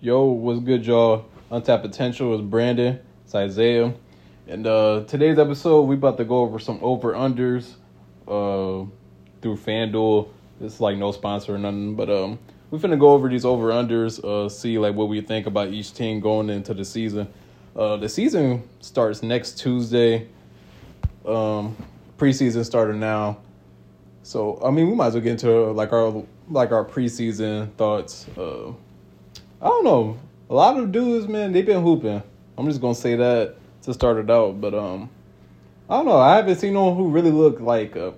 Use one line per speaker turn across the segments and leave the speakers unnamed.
Yo, what's good, y'all? Untapped Potential is Brandon. It's Isaiah. And uh, today's episode, we about to go over some over-unders uh, through FanDuel. It's like no sponsor or nothing, but um, we finna go over these over-unders, uh, see like what we think about each team going into the season. Uh, the season starts next Tuesday. Um, preseason started now. So I mean, we might as well get into like our like our preseason thoughts. Uh, I don't know. A lot of dudes, man, they've been hooping. I'm just gonna say that to start it out, but um, I don't know. I haven't seen no one who really look like I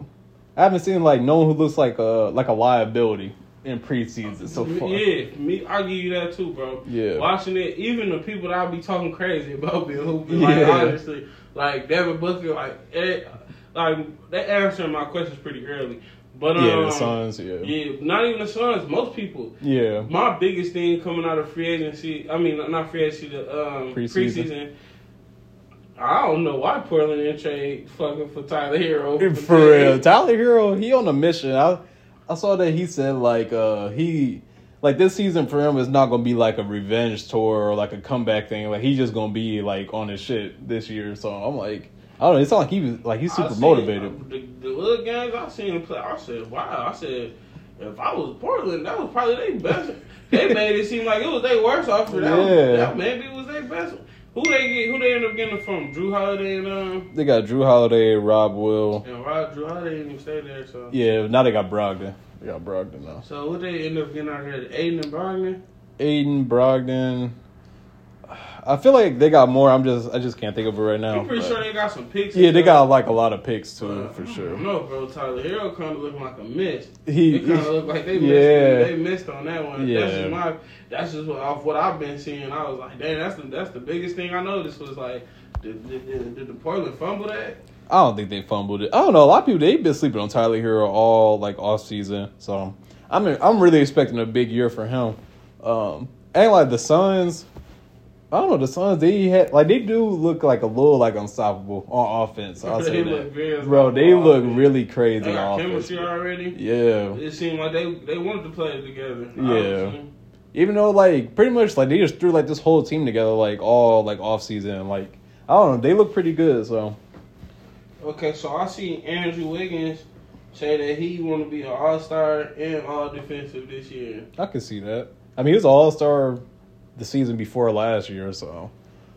I haven't seen like no one who looks like a like a liability in preseason so far.
Yeah, me, I'll give you that too, bro.
Yeah.
Watching it, even the people that I be talking crazy about being hooping, like
Yeah.
honestly, like Devin Booker, like eh, like they answering my questions pretty early. But um,
yeah, the Suns. Yeah,
yeah, not even the Suns. Most people.
yeah,
My biggest thing coming out of free agency, I mean, not free agency, the um,
Preseason.
preseason. I don't know why Portland didn't trade fucking for Tyler Hero.
for real. Tyler Hero, he on a mission. I I saw that he said like uh he like this season for him is not gonna be like a revenge tour or like a comeback thing. Like he's just gonna be like on his shit this year. So I'm like. I don't know. It sounds like he was like he's
I
super
seen- uh,
motivated.
the, the little games I seen him play, I said, "Wow!" I said, "If I was Portland, that was probably their best." they made it seem like it was their worst offer. That,
Yeah.
was, that maybe was their best. one. Who they get? Who they end up getting it from? Drew Holiday and um
They got Drew Holiday, Rob Will.
and Rod. Drew Holiday didn't even stay there, so
Yeah, now they got Brogdon. They got Brogdon now.
So who they end up getting out of there? Aiden and Brogdon.
Aiden Brogdon. I feel like they got more. I'm just I just can't think of it right now.
I'm pretty
but-
sure they got some picks.
yeah,
and
they got
stuff.
like a lot of picks too,
Uh,
for
I don't
sure.
know, bro. Tyler Hero kind of looking like a miss.
He,
It kind of looked like they missed.
Yeah.
They missed on that one. That's
Yeah.
just my. That's just what, off what I've been seeing. I was like, damn, that's the that's the biggest thing I noticed was like, did, did, did, did the Portland fumble that?
I don't think they fumbled it. I don't know. A lot of people they've been sleeping on Tyler Hero all like off season. So I'm I'm really expecting a big year for him. Um and like the Suns, I don't know, the Suns they had like they do look like a little like unstoppable on offense. I'll say
They look very
that. Bro, they
unstoppable
look
on offense.
really crazy
They got
on offense.
chemistry already.
Yeah.
It seemed like they they wanted to play it together.
Yeah.
obviously.
Even though like pretty much like they just threw like this whole team together like all like off season like I don't know, they look pretty good, so
Okay, so I see Andrew Wiggins say that he want to be an All Star and All Defensive this year.
I can see that. I mean, he was all star the season before last year, so.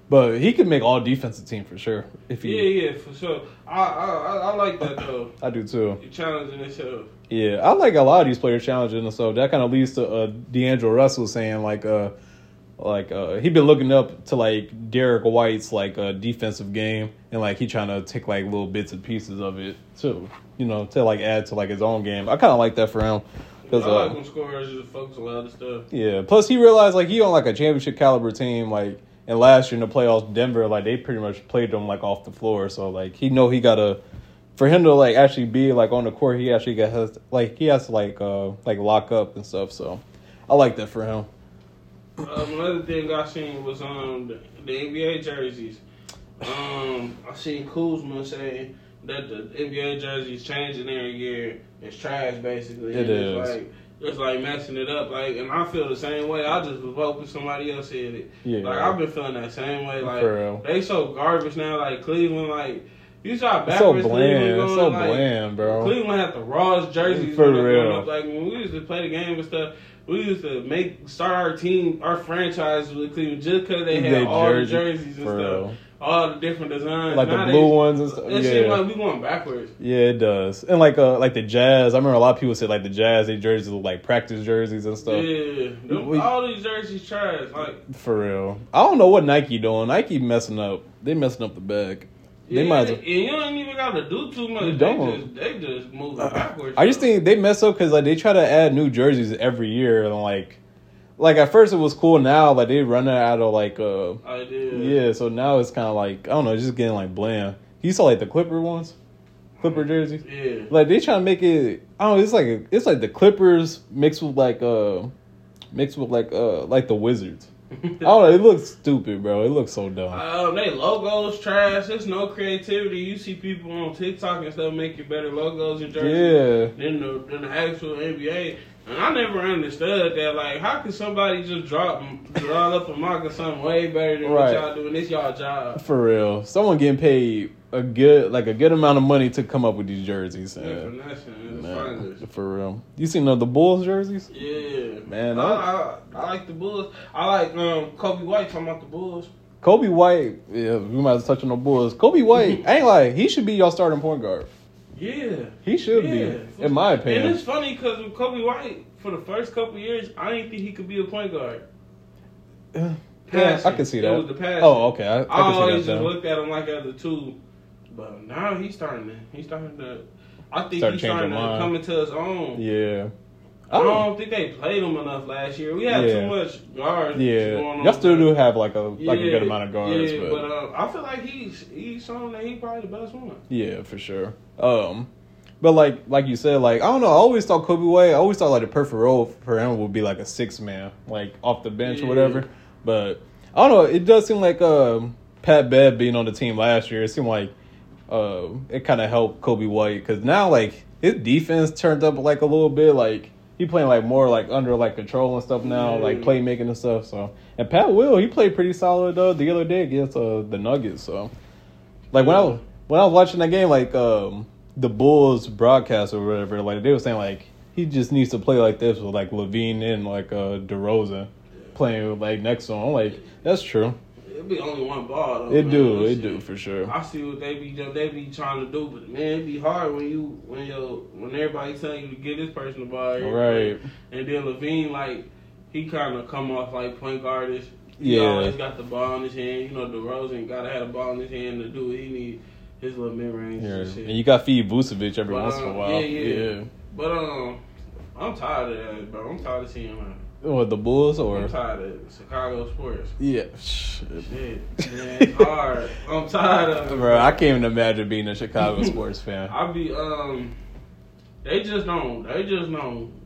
But he could make all defensive team for sure if
Yeah,
he.
yeah, for sure. I I, I, I like that though.
I do too.
You're challenging yourself.
Yeah, I like a lot of these players challenging themselves. That kind of leads to uh, D'Angelo Russell saying like, uh, like uh, he been looking up to like Derek White's like uh, defensive game, and like he trying to take like little bits and pieces of it too. You know, to like add to like his own game. I kind of like that for him.
I
'cause, uh,
like when scorers just focus on other stuff.
Yeah. Plus, he realized like he on like a championship caliber team. Like, and last year in the playoffs, Denver like they pretty much played them like off the floor. So like he know he gotta for him to like actually be like on the court, he actually got has like he has to like uh like lock up and stuff. So I like that for him.
Um, another thing I seen was um the, the NBA jerseys. Um, I seen Kuzma say that the NBA jerseys changing every year. It's trash basically.
It
And
is.
It's like, it's like messing it up. Like, and I feel the same way. I just was hoping somebody else said it.
Yeah.
Like I've been feeling that same way. Like
For real.
they so garbage now. Like Cleveland, like. You saw
It's so
backwards
bland.
Cleveland
It's
going,
so
like,
bland, bro.
Cleveland had the rawest jerseys
For
when they growing
real.
Up. Like when we used to play the game and stuff, we used to make start our team, our franchise with Cleveland just because they had
They
all
jersey-
the jerseys and
For
stuff,
real.
all the different designs,
Like the
Now
blue
they-
ones and stuff.
It seems
Yeah.
like we going backwards.
Yeah, it does. And like uh like the Jazz, I remember a lot of people said like the Jazz, they jerseys look like practice jerseys and stuff.
yeah, them-
we-
all these jerseys trash. Like
For real. I don't know what Nike doing. Nike messing up. They messing up the bag. They
yeah,
might as well-
and you don't even got to do too much.
You
they
don't.
Just, they just moving backwards.
I just think they mess up because like they try to add new jerseys every year and like, like at first it was cool. Now like they run out of like uh
I did.
yeah. So now it's kind of like I don't know, it's just getting like bland. You saw like the Clipper ones, Clipper jerseys.
yeah.
Like they trying to make it. I don't. know, It's like it's like the Clippers mixed with like uh mixed with like uh like the Wizards. I don't know. It looks stupid, bro. It looks so dumb.
Um, they logos trash. There's no creativity. You see people on TikTok and stuff making better logos and jerseys
Yeah.
than the than the actual NBA. And I never understood that. Like, how could somebody just drop draw up a mock or something way better than
Right.
what y'all doing? It's y'all job.
For real, someone getting paid a good like a good amount of money to come up with these jerseys.
Yeah.
uh,
Finessing and the
man,
finest.
for real, you seen the, the Bulls jerseys?
Yeah,
Man,
I, I, I like the Bulls. I like um Kobe White talking about the Bulls.
Kobe White. Yeah, we might as well touch on the Bulls. Kobe White. I ain't like he should be y'all starting point guard.
Yeah,
He should be,
Yeah.
in my
and
opinion.
it's funny because with Kobe White, for the first couple years, I didn't think he could be a point guard.
Uh, Yeah, Yeah,
Passing.
I can see
It
that.
was the passing.
oh, okay. I, I
I,
can
always
see that.
just
Though.
looked at him like as a two, but now he's starting to. He's starting to. I think
Start
he's
changing
starting to
mind.
come into his own.
Yeah. Oh.
I don't think they played him enough last year. We had
Yeah.
too much guards. going
Yeah,
on.
y'all still do have like a like a good amount of guards,
Yeah,
but,
but, um, I feel like he's he's shown that he's probably the best one.
yeah, for sure. Um, but like like you said, like I don't know. I always thought Kobe White. I always thought like the perfect role for him would be like a six man, like off the bench or
Yeah.
whatever. But I don't know. It does seem like um Pat Bev being on the team last year. It seemed like uh, it kind of helped Kobe White because now like his defense turned up like a little bit. Like he playing like more like under like control and stuff now, like
Yeah.
playmaking and stuff. So and Pat Will he played pretty solid uh, the other day against uh, the Nuggets. So like when I was when I was watching that game, like um the Bulls broadcast or whatever, like they were saying like he just needs to play like this with like Levine and like uh DeRozan playing like next to him. I'm like that's true.
It'd be only one ball. Though,
It
man.
do,
That
it
shit.
do for sure.
I see what they be they be trying to do, but man, it be hard when you when you when everybody telling you to get this person the ball,
All
here,
right.
And then Levine like he kind of come off like point guardish. He
Yeah.
always got the ball in his hand. You know, DeRozan gotta have the ball in his hand to do what he need. His little mid range
Yeah.
and shit.
And you got feed Vucevic every
But,
once in a
um,
while.
yeah,
Yeah,
yeah. But um, I'm tired of that, bro. I'm tired of seeing him.
Or the Bulls
I'm
or
tired of Chicago sports.
yeah.
Shit, man, it's hard. I'm tired of it,
Bro, I can't even imagine being a Chicago sports fan.
I be um, they just don't. They just don't.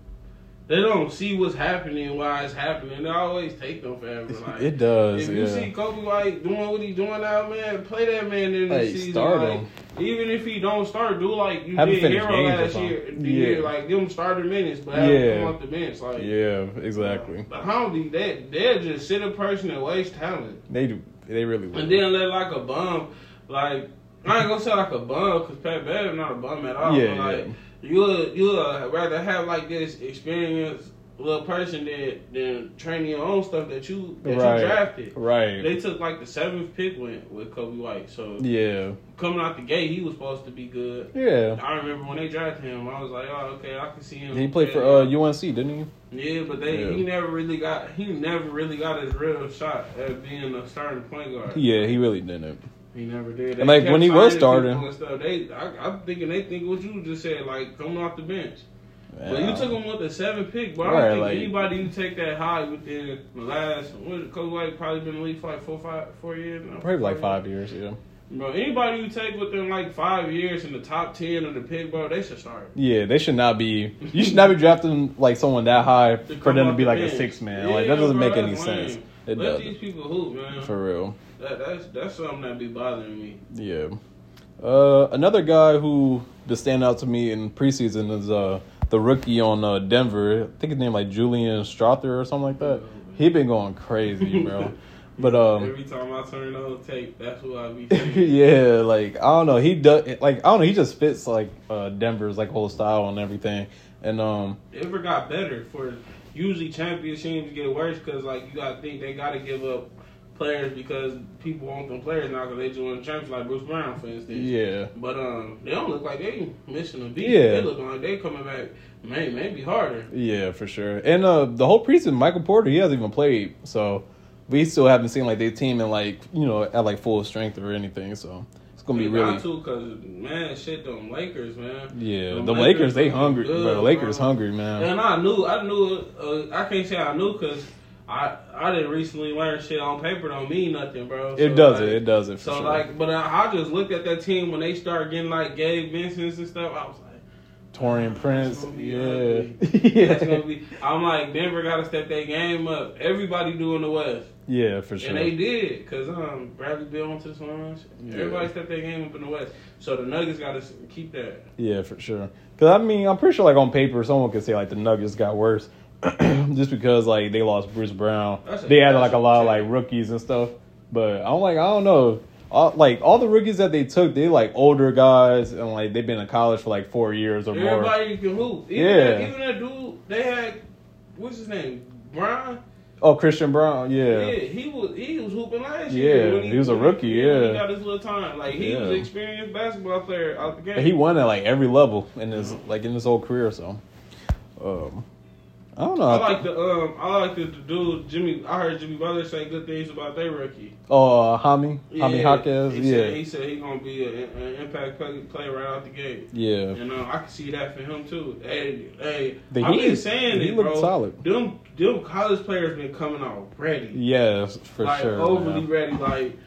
They don't see what's happening, why it's happening. It always take them forever. Like,
It does,
If you
yeah.
see Kobe White doing what he's doing now, man, play that man in the
Hey,
season.
start
like,
him.
Even if he don't start, do like you
Have him
did
finish
Hero
games or
last
something.
year.
Yeah.
Yeah. Like them starter minutes, but have
Yeah.
him come off the bench. Like
Yeah, exactly.
But how do they? They'll just sit a person and waste talent.
They do. They really
And
would.
then let like a bum, like I ain't gonna say like a bum because Pat Bev not a bum at all.
Yeah,
but Oh, like
yeah.
you would you would rather have like this experienced little person than than training your own stuff that you that
Right.
you drafted.
Right.
They took like the seventh pick went with Kobe White, so
Yeah.
coming out the gate he was supposed to be good.
Yeah.
I remember when they drafted him, I was like, oh okay, I can see him.
He played for
Okay.
uh UNC, didn't he?
Yeah, but they
Yeah.
he never really got he never really got his real shot at being a starting point guard.
Yeah, he really didn't.
He never did.
And, like,
kept
when he was
signing people
starting-
and stuff, they, I, I'm thinking they think what you just said, like coming off the bench. But
Yeah.
you took him with the seven pick, but I
Right,
don't think
like-
anybody you take that high within the last. What, Kobe White probably been in the league for like four, five, four years. now?
probably like five years. Yeah.
Bro, anybody you take within like five years in the top ten of the pick, bro, they should start.
Yeah, they should not be. You should not be drafting like someone that high for
come
them to
off
be
the
like a
bench.
six man.
Yeah,
Like that doesn't
bro,
make any
that's lame.
sense. It
Let
doesn't.
these people hoop, man.
For real.
That, that's that's something that be bothering me.
Yeah. Uh, another guy who just stand out to me in preseason is uh the rookie on uh, Denver. I think his name like Julian Strother or something like that. He been going crazy, bro. But um,
Every time I turn on tape, that's what I be. seeing.
yeah, like I don't know, he does like I don't know, he just fits like uh Denver's like whole style and everything. And um
It ever got better for usually champions teams get worse because like you gotta think they gotta give up players because people want them players now because they just won the champions like Bruce Brown for instance.
yeah,
But um, they don't look like they missing a beat.
Yeah.
They look like they coming back may maybe harder.
yeah, for sure. And uh the whole preseason, Michael Porter, he hasn't even played, so we still haven't seen like their team in like you know at like full strength or anything. So it's gonna be
They got
really
to because man, shit, them Lakers, man.
yeah.
Them
The Lakers, they
look
hungry,
good,
bro. The Lakers
bro.
hungry, man.
And I knew, I knew, uh, I can't say I knew because I I didn't recently learn shit on paper don't mean nothing, bro.
It
So,
does
like,
it. It does it for
So
sure.
like, but I, I just looked at that team when they started getting like Gabe Vincent and stuff. I was like,
Torian Prince.
gonna be
Yeah.
ugly. That's gonna
yeah.
be. I'm like Denver got to step their game up. Everybody doing the West,
Yeah, for
and they
sure.
did because um Bradley Bill onto the Swans.
Yeah.
Everybody stepped their game up in the West, so the Nuggets got to keep that.
Yeah, for sure. Cause I mean, I'm pretty sure like on paper someone could say like the Nuggets got worse. Just because like they lost Bruce Brown.
That's a-
They added like
that's
a
a
lot of like
shame.
rookies and stuff. But I'm like, I don't know. All, like all the rookies that they took, they like older guys and like they've been in college for like four years or more.
Everybody can hoop. Even
Yeah.
That, even that dude they had, what's his name, Brian.
Oh, Christian Brown,
Yeah.
yeah.
He was he was hooping last year.
Yeah,
when
he was a rookie,
when
yeah.
he got his little time. Like he was
Yeah.
an experienced basketball player out the game.
And He won at like every level in his like in his whole career. So, um, I don't know.
I like the um I like the, the dude Jimmy. I heard Jimmy Butler say good things about their rookie.
Oh, uh, Hami, Hami Hawkins,
He
yeah,
said, he said he gonna be a- an impact play, player right out the gate.
yeah,
You know, I can see that for him too. Hey, hey,
The
I've
Heat-
been saying
the Heat
it,
looked
bro.
solid.
Them, them college players been coming out ready.
yes, for
like
sure.
overly
man.
ready. Like,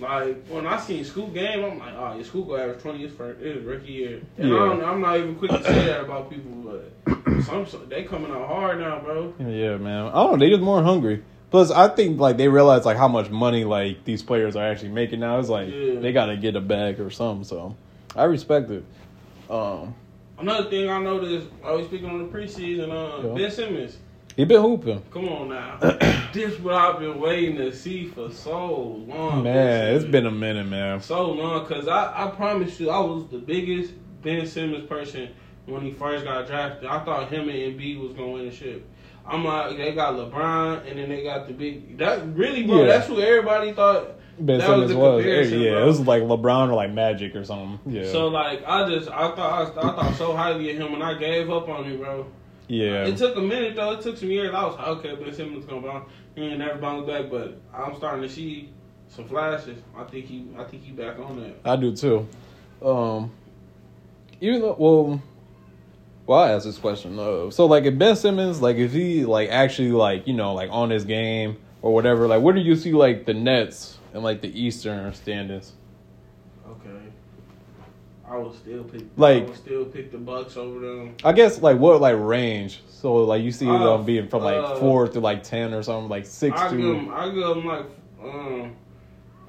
like when I seen school game, I'm like, oh, yeah, school go average twenty is for his rookie year. And
Yeah.
I don't, I'm not even quick to say that about people, but some so- they coming out hard now, bro.
Yeah, man. I don't know. They just more hungry. Plus, I think like they realize like how much money like these players are actually making now. It's like
Yeah.
they gotta get a bag or something. So, I respect it. Um,
Another thing I noticed, always speaking on the preseason, uh,
Yeah.
Ben Simmons.
he been hooping.
Come on now, this what I've been waiting to see for so
Man,
long. Ben
it's
Simmons.
been a minute, man.
so long because I, I promise you, I was the biggest Ben Simmons person when he first got drafted. I thought him and Embiid was gonna win the ship. I'm like, they got LeBron, and then they got the big. That really, bro.
Yeah.
That's who everybody thought.
Ben
That was
Simmons
the
was,
comparison,
yeah,
bro.
it was like LeBron or like Magic or something. Yeah,
So like, I just, I thought, I, I thought so highly of him, and I gave up on him, bro.
yeah.
It took a minute though. It took some years. I was like, okay, Ben Simmons gonna bounce. He ain't never bounce back, but I'm starting to see some flashes. I think he, I think he back on that.
I do too. Um, even though, well, well, I ask this question. Uh, so, like, if Ben Simmons, like, if he, like, actually, like, you know, like, on his game or whatever, like, where do you see, like, the Nets and, like, the Eastern standings?
Okay. I would still pick.
Like-
I would still pick the Bucks over them.
I guess, like, what, like, range? So, like, you see
Uh,
them being from, like,
uh,
four to, like, ten or something, like, six
I give
to
them. I give them like. Um,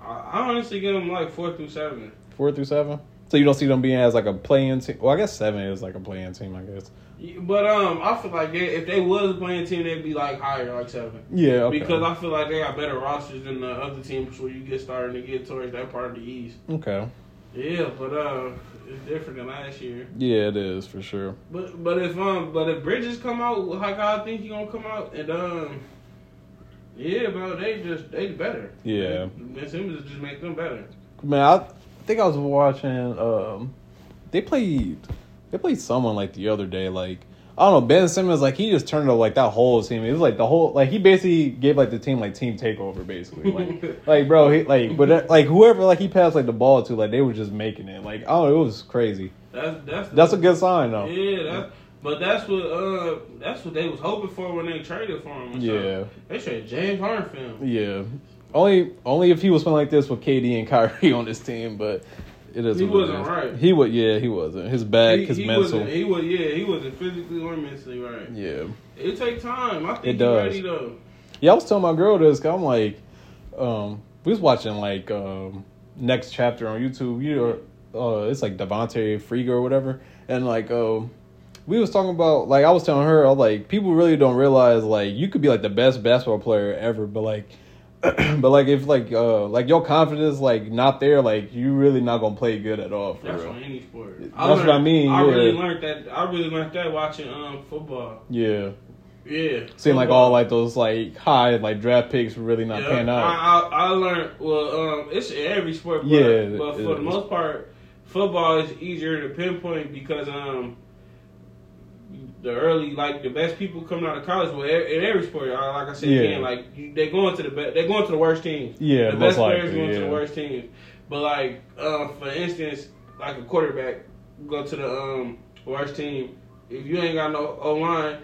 I, I honestly give them like four through seven.
four through seven? So, you don't see them being as, like, a play-in team? Well, I guess seven is, like, a play-in team, I guess.
Yeah, But um, I feel like they, if they was playing team, they'd be like higher, like seven.
Yeah, okay.
Because I feel like they got better rosters than the other teams, so you get starting to get towards that part of the East.
okay.
Yeah, but uh, it's different than last year.
Yeah, it is, for sure.
But but if um but if Bridges come out like I think he gonna come out and um yeah bro they just they better
Yeah.
Ben Simmons just make them better
Man, I think I was watching. Um, they played. They played someone like the other day. Like I don't know. Ben Simmons like he just turned up like that whole team. It was like the whole like he basically gave like the team like team takeover basically. Like like bro he like but that- like whoever like he passed like the ball to like they were just making it. Like oh it was crazy.
that's that's
That's a good sign though.
yeah that's but that's what uh that's what they was hoping for when they traded for him or
Yeah.
something. they traded James Harden for him
Yeah. Only only if he was playing like this with KD and Kyrie on this team, but. It is
He
what it
wasn't
is.
right.
He was, yeah, he wasn't. His back,
he,
his
he
mental,
wasn't he was yeah he wasn't physically or mentally right
yeah.
it take time I think
It
he
does.
ready though
Yeah, I was telling my girl this. Cause I'm like, um, we was watching like um, next chapter on YouTube. You know, uh, it's like Devontae Freega or whatever, and like, um, we was talking about like I was telling her, I was like, people really don't realize like you could be like the best basketball player ever, but like. but like if like uh like your confidence like not there like you really not gonna play good at all for
that's
real
on any sport
That's what I mean,
I
yeah.
really learned that I really learned that watching um football
yeah
yeah
seeing like
football.
all like those like high like draft picks were really not
Yeah,
paying out
I, I, I learned well. Um, it's in every sport, but,
Yeah,
but
it
for the
is.
most part, football is easier to pinpoint because um, the early like the best people coming out of college. Well, e- in every sport, uh, like I said,
Yeah.
again, like you- they going to the best, they going to the worst teams.
Yeah,
the
most
best players
likely,
going to
yeah.
the worst teams. But like uh, for instance, like a quarterback go to the um worst team. If you ain't got no O line,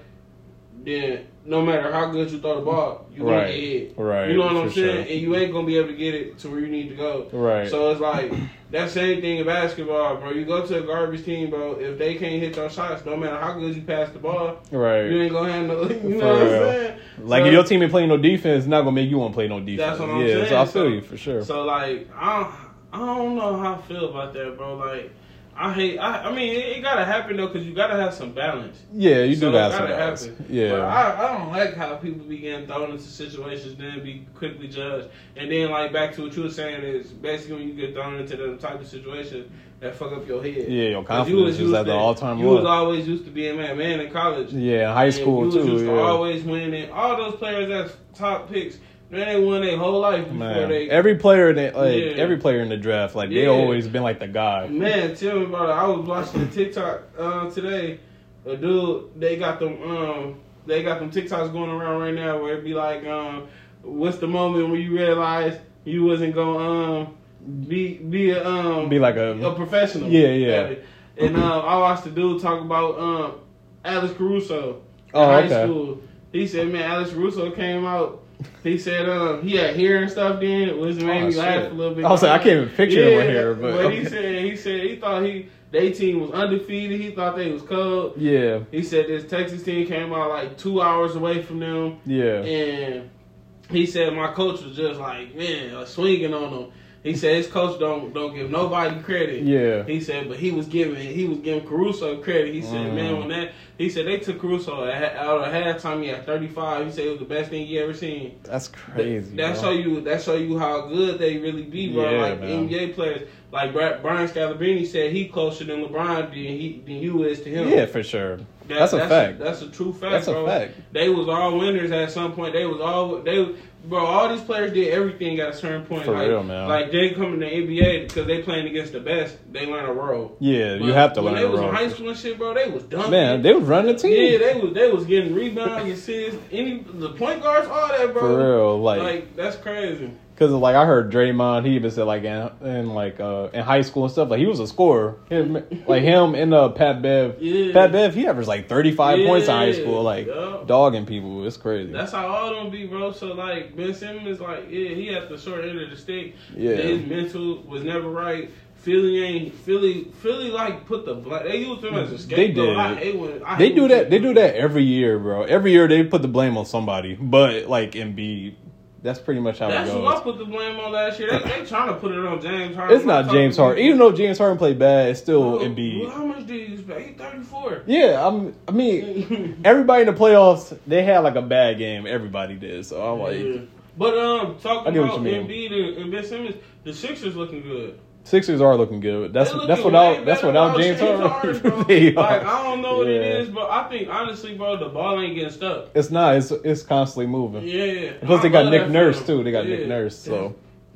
then no matter how good you throw the ball, you gonna
Right.
get hit.
Right,
You know what I'm
for
saying?
sure.
And you ain't gonna be able to get it to where you need to go.
Right.
So it's like that same thing in basketball, bro. You go to a garbage team, bro. If they can't hit your shots, no matter how good you pass the ball,
right.
you ain't gonna handle. You know
For
what I'm
real.
saying?
Like
So-
if your team ain't playing no defense, it's not gonna make you want to play no defense.
That's what I'm
yeah,
saying.
so I feel
So-
you for sure.
So like I don't, I don't know how I feel about that, bro. Like I hate. I, I mean, it, it gotta happen though, cause you gotta have some balance.
yeah, you do
So
got
it
some
gotta
guys.
happen. But
Yeah,
I, I don't like how people be getting thrown into situations, then be quickly judged, and then like back to what you were saying is basically when you get thrown into the type of situation that fuck up your head.
yeah, your
'Cause
confidence is
used
at the
to-
all time
You was
low.
always used to being man, man in college.
Yeah, in high school
and you Was
too.
used to
Yeah.
always winning. All those players that's top picks, man, they won their whole life before
Man,
they.
every player in the, like
Yeah.
every player in the draft, like they
Yeah.
always been like the guy.
Man, tell me about it. I was watching a TikTok uh, today. A dude, they got them. Um, they got them TikToks going around right now where it be like, um, what's the moment where you realize you wasn't gonna um, be be a um,
Be like
a
a
professional.
Yeah, yeah.
at it. And um, I watched the dude talk about um, Alex Caruso in
Oh,
high
okay.
school. He said, man, Alex Caruso came out. He said um, he had hair and stuff then, which made
Oh,
me
shit.
laugh a little bit.
I was like, I can't even picture him right here, but-
But he said, he said he thought he they team was undefeated. He thought they was cold.
yeah,
He said this Texas team came out like two hours away from them.
yeah,
And he said my coach was just like, man, uh, swinging on him. He said his coach don't don't give nobody credit.
yeah.
He said, but he was giving he was giving Caruso credit. He said,
Mm.
man, when that he said they took Caruso at- out of halftime, he had thirty five. He said it was the best thing he ever seen.
That's crazy.
That
bro.
show you. That show you how good they really be, bro.
Yeah,
like
man.
NBA players, like Bri- Brian Scalabrine said, he closer than LeBron than he than you is to him.
Yeah, for sure.
That-
That's a fact.
that's a true fact.
That's a
bro.
fact.
They was all winners at some point. They was all they, bro. All these players did everything at a certain point.
For
like,
real, man.
Like they coming to NBA because they playing against the best. They learn a role.
Yeah, you
But
have to
when
learn
they
the
was in high
role.
school and shit, bro. They was dunking.
Man, they was running the team.
yeah, they was they was getting rebounds, assists, any the point guards, all that, bro.
for real,
Like,
like
that's crazy.
because like I heard Draymond, he even said like in, in like uh in high school and stuff, like he was a scorer. Him, like him and uh Pat Bev.
Yeah.
Pat Bev, he averaged like thirty five points in high
Yeah,
school, like
yeah.
dogging people. It's crazy.
That's how all them be, bro. So like Ben Simmons, like yeah, he at the short end of the stick.
Yeah.
his mental was never right. Philly ain't Philly. Philly like put the black. They used him as a scapegoat.
did.
I hate when I
they
hate
do
when
that. They
people-
do that every year, bro. Every year they put the blame on somebody, but like Embiid, that's pretty much how
That's
it
who I
goes.
put the blame on last year. They, they trying to put it on James Harden.
It's not James Harden, even though James Harden played bad. It's still Embiid.
How much did you expect? He thirty four.
Yeah, I'm. I mean, everybody in the playoffs, they had like a bad game. Everybody did. So I'm like,
Yeah. But um,
I
talking
get what
about
you mean.
Embiid and, and Ben Simmons, the Sixers looking good.
Sixers are looking good. That's
They looking
that's
way
without that's
better
without James Harden.
bro.
They
like
are.
I don't know what
Yeah.
it is, but I think honestly, bro, the ball ain't getting stuck.
It's not. It's it's constantly moving.
Yeah.
Plus they
I
got
love
Nick
that
Nurse
feeling.
too. They got
Yeah.
Nick Nurse. So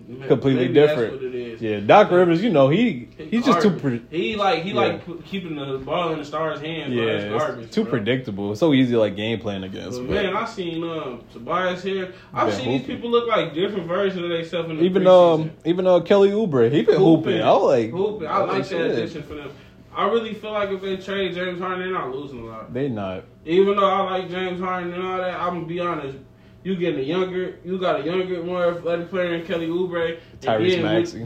Ma-
completely
maybe that's
different.
what it is.
yeah, Doc Rivers. You know he he's just too
garbage.
pre-
He like he
Yeah.
like p- keeping the ball in the stars' hands.
yeah
bro. That's
it's
garbage,
too
bro.
predictable. It's so easy like game plan against.
But
But
man, I seen um Tobias here. I've
Been
seen these
hooping.
people look like different versions of themselves in the
even
preseason.
um even uh Kelly Oubre, he been hooping. I like
hooping. I like that
shit.
addition for them. I really feel like if they trade James Harden, they're not losing a lot.
They not.
Even though I like James Harden and all that, I'm gonna be honest. You getting a younger, you got a younger, more athletic player in Kelly Oubre. And
Tyrese
then
Maxey.
with-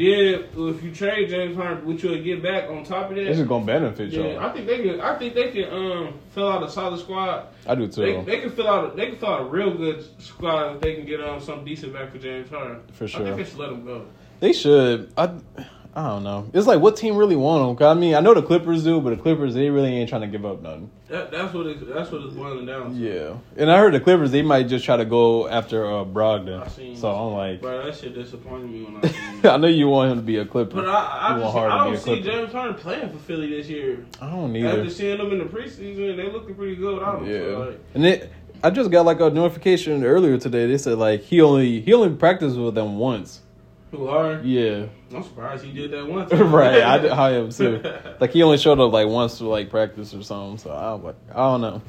Then if you trade James Harden, which you'll get back on top of
This is
that.
gonna benefit y'all.
Yeah, I think they can. I think they can um, fill out a solid squad.
I do too.
They, they can fill out. A, they can fill out a real good squad if they can get um, some decent back for James Harden.
For
I
sure.
think they should let him go.
They should. I, I don't know. It's like what team really want them? I mean, I know the Clippers do, but the Clippers they really ain't trying to give up nothing.
That, that's what it, that's what it's boiling down. to.
Yeah, and I heard the Clippers they might just try to go after uh,
I seen
Brogdon. So I'm like,
Bro, that shit disappointed me when I seen that.
I know you want him to be a Clipper.
But I, I
You want
just
Harden to
I
be
don't
a
see
Clipper.
James Harden playing for Philly this year.
I don't
After
either.
seeing them in the preseason, they looking pretty good without him. So,
Yeah,
like,
and it. I just got like a notification earlier today. They said like he only he only practiced with them once.
who hard?
Yeah,
I'm surprised he did that once.
right. I, d- I am too. Like he only showed up like once to like practice or something. So I like I don't know.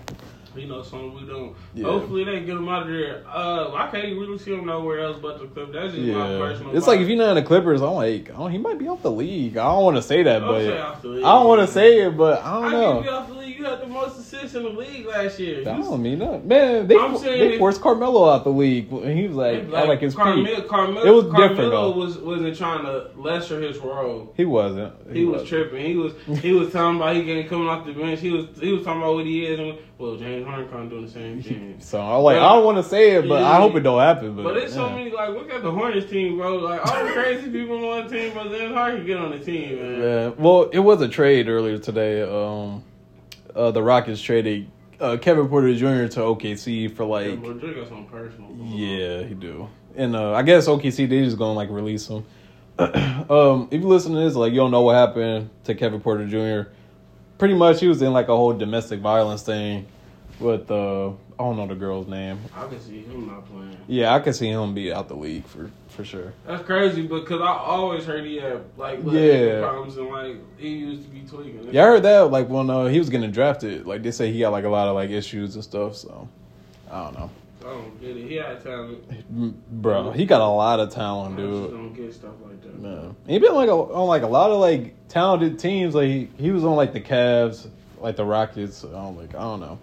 you know, something we don't.
Yeah.
Hopefully, they get him out of there. Uh, I can't really see him nowhere else but the Clippers. That's just my
Yeah,
personal.
it's like if you're not in the Clippers, I'm like, oh, he might be off the league. I don't want to say that, but I
I
don't want to say it, but I
I
don't
know.
know.
You, off the league. you had the most assists in the league last year.
I
He's-
don't mean that. Man, they,
I'm saying
they
if-
forced Carmelo out the league. And he was like, I like his
Carmel-
peak.
Carmel-
It was
Carmelo
different, though.
Was wasn't trying to lesser his role.
He wasn't.
He was
wasn't.
tripping. He was he was talking about he getting coming off the bench. He was he was talking about what he is. And, well, James Harden kind of doing the same thing.
So I like
But-
I don't want to say it, but I
Yeah.
hope it don't happen. But,
But it's so
yeah.
many like look at the Hornets team, bro. Like all the crazy people on one team, but James Harden can get on the team, man.
Yeah. Well, it was a trade earlier today. Um, uh, the Rockets traded uh, Kevin Porter Jr. to OKC for like
yeah, Madrid got something personal. going on.
Yeah, he do. And uh, I guess OKC they just gonna like release him. um, if you listen to this, like you don't know what happened to Kevin Porter Jr. Pretty much, he was in like a whole domestic violence thing with uh, I don't know the girl's name.
I can see him not playing.
Yeah, I could see him be out the league for for sure.
That's crazy because I always heard he had like little
Yeah.
problems and like he used to be tweaking.
Yeah, I heard that like when uh, he was getting drafted, like they say he got like a lot of like issues and stuff. So I don't know,
I don't get it. He had talent.
M- bro. He got a lot of
I
talent, dude.
just don't get stuff like that.
Man, he been like a, on like a lot of like talented teams. Like he, he was on like the Cavs, like the Rockets. I don't like I don't know,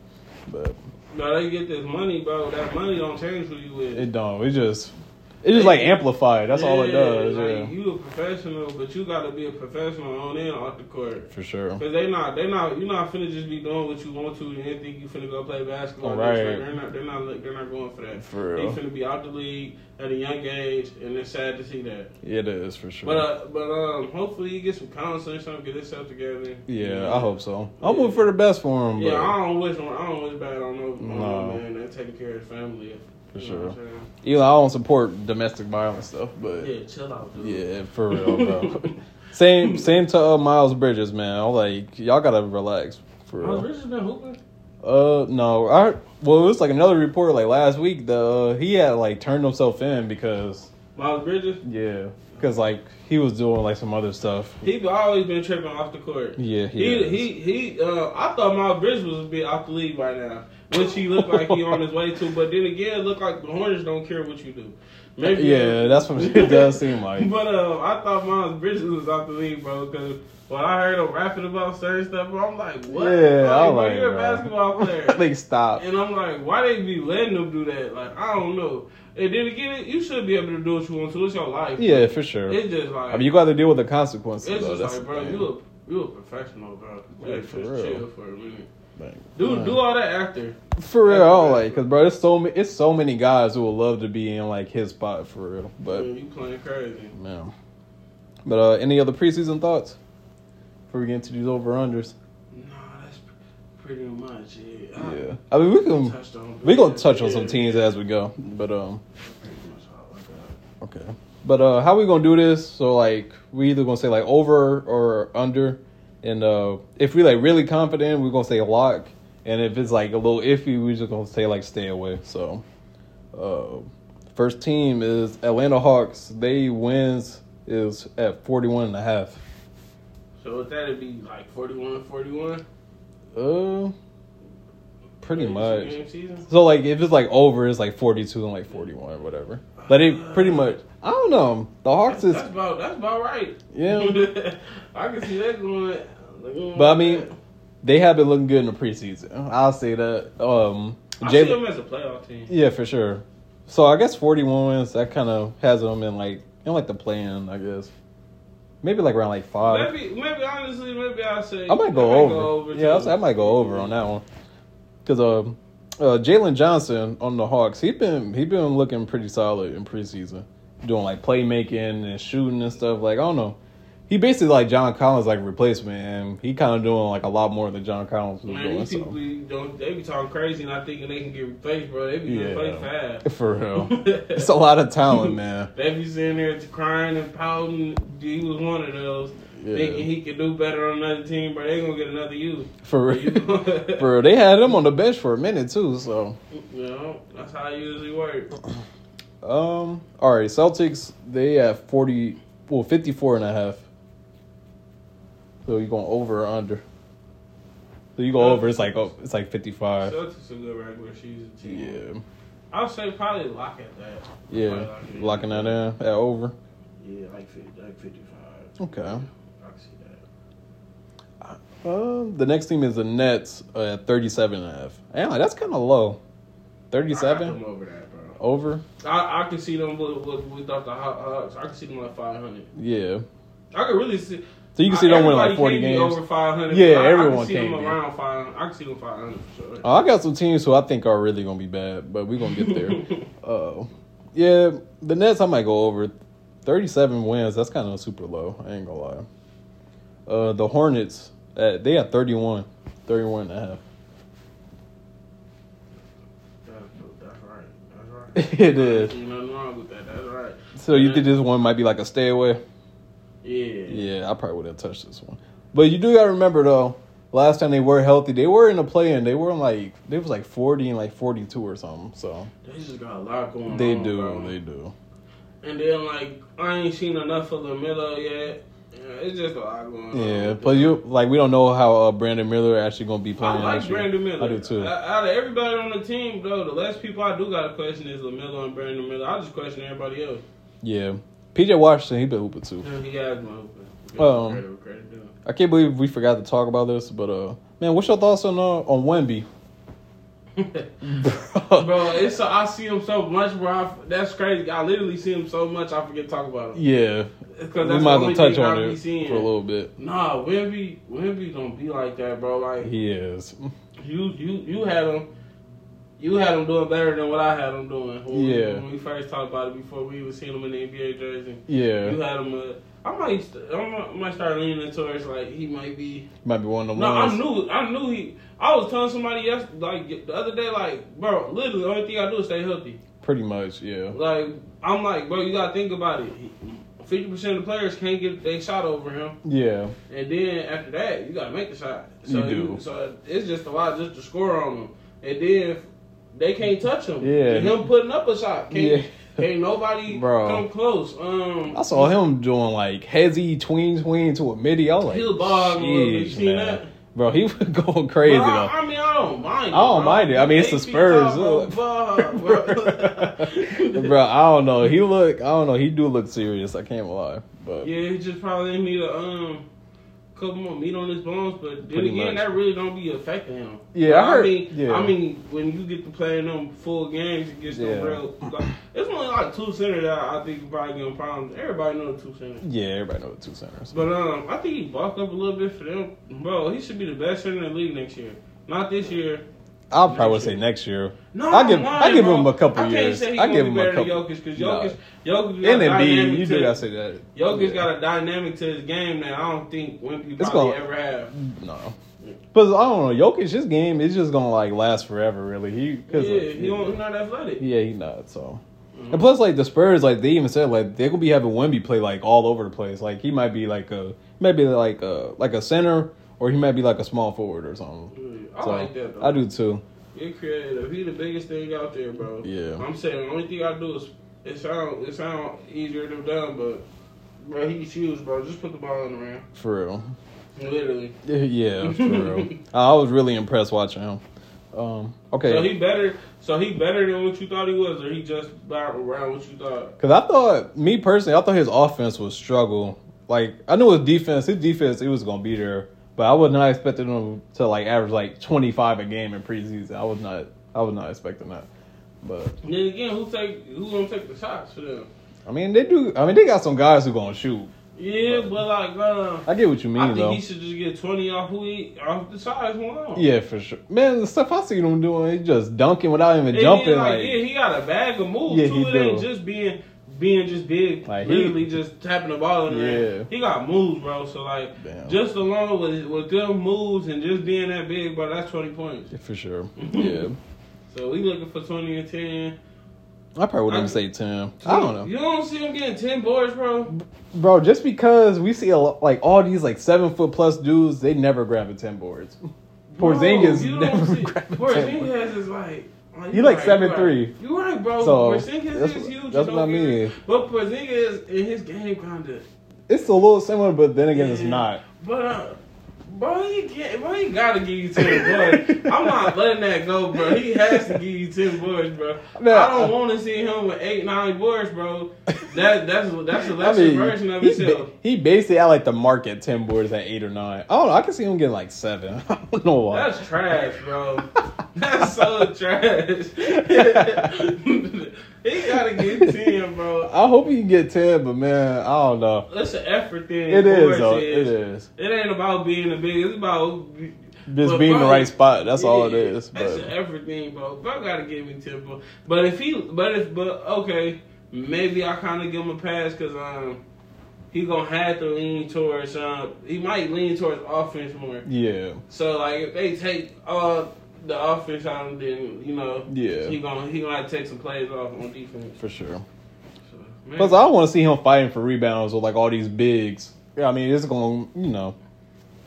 but
No, they get this money, bro. That money don't change who you is.
it don't. It just it just like amplified. That's all it
Yeah,
does.
Like,
Yeah,
You a professional, but you gotta be a professional on and off the court.
for sure.
Cause they not, they not, you not finna just be doing what you want to and think you finna go play basketball.
Right.
They're not, they're not, they're not going for that.
For
They
real,
finna be out the league at a young age, and it's sad to see that.
it is for
But
sure.
uh, but um, hopefully you get some counseling, or something, get yourself together.
Yeah, I hope so. I'm hoping for the best for him.
Yeah, I
But
don't wish, I don't wish bad on no, on no.
No.
man. They're taking care of his family.
for
you know what
sure.
I'm saying?
Even though I don't support domestic violence stuff, but
Yeah, chill out, dude.
yeah, for real, bro. same same to uh, Miles Bridges, man. I'm like y'all gotta relax. For real.
Miles Bridges been hooping.
Uh no, I well it was like another report like last week. The uh, he had like turned himself in because
Miles Bridges.
yeah, because like he was doing like some other stuff.
He always been tripping off the court.
Yeah,
He
is.
he he. Uh, I thought Miles Bridges was a bit off the league by now, which he looked like he on his way to. But then again, look like the Hornets don't care what you do.
yeah, that's what it does seem like.
But uh, I thought Miles Bridges was off the league, bro, because when I heard him rapping about certain stuff, bro, I'm like, what?
Yeah,
Like,
I
bro,
like it,
you're a
bro.
basketball player.
like stop.
And I'm like, why they be letting them do that? Like, I don't know. And then again, you should be able to do what you want to. It's your life.
Yeah, for sure.
It's just like
I mean, you got to deal with the consequences.
it's
though.
just
That's
like, bro,
the thing.
you a you a professional, bro. You
Yeah,
gotta
for
just
real.
chill for a minute.
Like,
Do
man.
do all that after.
for real, I don't like, cause bro, it's so ma- it's so many guys who would love to be in like his spot for real. But
Man, you playing crazy.
man, but uh, any other preseason thoughts before we get into these over unders?
Nah, that's pretty much it.
Yeah, I mean we can.
Touched on
We gonna touch on
Yeah.
some teams as we go, but um,
Pretty much all I got.
okay. But uh, how we gonna do this? So like, we either gonna say like over or under, and uh, if we like really confident, we gonna say lock, and if it's like a little iffy, we just gonna say like stay away. So, uh, first team is Atlanta Hawks. They wins is at 41 and a half.
So with that, it'd be like 41, 41.
Uh, pretty
Regular
much.
Game season.
So like if it's like over, it's like forty two and like forty one or whatever. But it pretty much I don't know. The Hawks
That's,
is
that's about that's about right.
yeah.
I can see that going. going
But I
like
mean,
that.
they have been looking good in the preseason. I'll say that. Um
I see
Jalen
them as a playoff team.
Yeah, for sure. So I guess forty one wins that kinda has them in like you know like the play in, I guess. Maybe like around like five.
Maybe, maybe honestly, maybe I'll say
Uh, I might go over. yeah, I'll
too.
say I might go over on that one. Cause um uh, Jalen Johnson on the Hawks, he been he been looking pretty solid in preseason, doing like playmaking and shooting and stuff. Like I don't know, he basically like John Collins like replacement, and he kind of doing like a lot more than John Collins was
Man,
doing.
these
So.
people be don't they be talking crazy, not thinking they can get replaced, bro. They be
Yeah.
getting replaced fast.
For real, it's a lot of talent, man.
they be sitting there crying and pouting. He was one of those thinking
Yeah.
he could do better on another team, but they gonna get another you.
For
You
real, for real, they had him on the bench for a minute too. So,
know, that's how it usually work.
um, all right, Celtics they have forty, well, 54 and a half. So you going over or under? So you
Uh,
go over, it's like oh, it's like fifty five.
Celtics a good regular season team.
Yeah.
I'll say probably lock at that.
Yeah,
Probably lock it
locking that in at over.
Yeah, like 50, like fifty five.
Okay.
I can see that.
Um, the next team is the Nets uh, at 37 and a half. Damn, that's kind of low.
I got
37
them over that, bro.
over?
I, I can see them with, with, without the hot Hawks. I can see them like 500.
Yeah.
I can really see.
So you can see them win
everybody
like 40
can't be
games.
Over 500.
Yeah,
I- I,
everyone
can see
can't
them
be.
around 500. I can see them 500 for sure.
Oh, I got some teams who I think are really going to be bad, but we're going to get there. Uh, yeah, the Nets, I might go over. 37 wins, that's kind of super low. I ain't going to lie. Uh, the Hornets, uh, they at 31, 31 and a half.
That's, that's right. That's right.
It is.
Ain't nothing wrong with that. That's right.
So you think this one might be like a stay away?
Yeah.
Yeah, I probably would have touched this one. But you do gotta remember though, last time they were healthy, they were in the play in. They were in like they was like forty and like forty two or something. So
They just got a lot going
they
on.
do,
bro.
they do.
And then like I ain't seen enough of Lamelo yet. Yeah, it's just a lot going on.
Yeah, but you like we don't know how uh, Brandon Miller actually gonna be
I
playing.
like
next year.
Brandon Miller.
I do too.
O- Out of everybody on the team, though, the less people I do got to question is Lamelo and Brandon Miller. I just question everybody else.
yeah, PJ Washington, he been hooping too.
Yeah, He has my open.
Um,
Credit- credit to him.
I can't believe we forgot to talk about this, but uh, man, what's your thoughts on uh, on Wemby? Bro.
bro, it's so, I see him so much, bro. I, that's crazy. I literally see him so much, I forget to talk about him.
Yeah, we
Because
might as
that's the
well
only
touch
thing
on
I be
it
seeing.
for a little bit.
Nah, Wimby, Wimby don't be like that, bro. Like
He is. Mm,
you, you, you had him, you had him doing better than what I had him doing. When we-
Yeah.
when we first talked about it before we even seen him in the NBA jersey. You
Yeah,
had him. Uh, I might, st- I might- I might start leaning towards like he might be.
might be one of them.
No, I
ones.
knew, I knew he. I was telling somebody yesterday, like the other day, like bro, literally the only thing I do is stay healthy.
Pretty much, yeah.
Like I'm like, bro, you gotta think about it. Fifty percent of the players can't get they shot over him,
Yeah,
and then after that, you gotta make the shot. So
You do.
so it's just a lot just to score on them, and then if they can't touch him.
Yeah.
and him putting up a shot. Can't,
Yeah.
can't nobody
Bro.
come close. Um,
I saw him doing like hezzy tween tween to a midi. I was like,
He'll bog a little bit. You
"Sheesh,
seen
man."
that?
Bro, he was going crazy
Bro,
though.
I, I mean, I don't mind.
I don't
bro.
mind it. I mean, it's the
Eight feet
Spurs,
tall, bro. bro.
Bro, I don't know. He look, I don't know. He do look serious. I can't lie, but
Yeah, he just probably need a um couple more meat on his bones, but then
Pretty
again,
much.
that really don't be affecting him.
Yeah, I heard-
mean,
yeah.
I mean, when you get to playing them full games against
Yeah.
them real, like, it's only like two centers that I think are probably getting problems. Everybody knows two centers.
yeah, everybody know the two centers.
But um, I think he bulked up a little bit for them, bro. He should be the best center in the league next year. Not this year.
I'll probably
Next
say
year.
next year.
No,
I give-
I'm
I
lying,
give
bro.
him a couple
I can't
years.
Say he
I
gonna
give
be
him a
better than
couple-
Jokic because
Nah.
Jokic, Jokic, got
And then B,
dynamic
you
to-
do gotta say that.
Jokic
Yeah.
got a dynamic to his game that I don't think Wimpy
It's
probably
gonna-
ever have.
no. But I don't know. Jokic, his game is just gonna like last forever. Really, he
Yeah,
cause like,
he don't, he's not athletic.
Yeah, he not. So, and plus, like the Spurs, like they even said, like they gonna be having Wemby play like all over the place. Like he might be like a, he might be like a like a center, or he might be like a small forward or something.
Yeah, I
So,
like that though.
I do too.
You're creative. He the biggest thing out there, bro.
Yeah.
I'm saying the only thing I do is it sound it sound easier than done, but bro, he's huge, bro. Just put the ball in the rim.
For real.
Literally.
Yeah, for real. I was really impressed watching him. Um,
So
okay,
he better so he better than what you thought he was, or he just about around what you thought.
because I thought me personally, I thought his offense was struggle. Like I knew his defense, his defense, it was gonna be there, but I was not expecting him to like average like twenty five a game in preseason. I was not, I was not expecting that. But
And then again, who take who gonna take the shots for them?
I mean, they do. I mean, they got some guys who gonna shoot.
Yeah, but like uh,
I get what you mean,
I think
though.
he should just get twenty off who he off the size one.
Yeah, for sure. Man, the stuff I see them doing, he just dunking without even
And he,
jumping.
like,
Like,
yeah, he got a bag of moves
Yeah,
too.
he
it ain't
do.
just being being just big,
Like, he-
literally just tapping the ball in there.
Yeah.
He got moves, bro. So like,
Damn.
just along with with them moves and just being that big, bro, that's twenty points.
Yeah, for sure. Yeah,
So we looking for twenty and ten.
I probably wouldn't even say ten. I don't know,
You don't see him getting ten boards, bro.
bro. Just because we see a lot, like all these like seven foot plus dudes, they never grab a ten boards. Porzingis
Bro, you don't
never
see-
grab a ten. board.
Porzingis is like.
He like
seven
7'3".
You right, bro.
So,
Porzingis
that's-
is huge.
that's
you
what I
don't get it.
mean.
But Porzingis in his game kind of
It's a little similar, but then again, it's
Yeah.
not.
But uh, Bro, he get, bro, he gotta give you ten boards. I'm not letting that go, bro. He has to give you ten boards, bro.
No.
I don't want to see him with eight, nine boards, bro. That that's that's a lesser version of
he, ba-
himself.
he basically had like the market ten boards at eight or nine. I don't know. I can see him getting like seven. I don't know why.
That's trash, bro. That's so trash. he gotta get ten, bro.
I hope he can get ten, but man, I don't know.
That's an effort thing.
It
of
is
course
though. It is.
It ain't about being the big. It's about be-
Just
but
being in the
bro,
right spot. That's all it
yeah,
is.
That's
But
everything, bro. Bro gotta give me ten, bro. But if he, but if, but okay, maybe I kind of give him a pass because um, he gonna have to lean towards um, he might lean towards offense more.
yeah,
So like, if they take uh the offense out, of him, then you know,
Yeah.
he gonna he gonna have to take some plays off on defense.
for sure.
So,
Plus, I don't want to see him fighting for rebounds with like all these bigs. Yeah, I mean, it's going. to You know,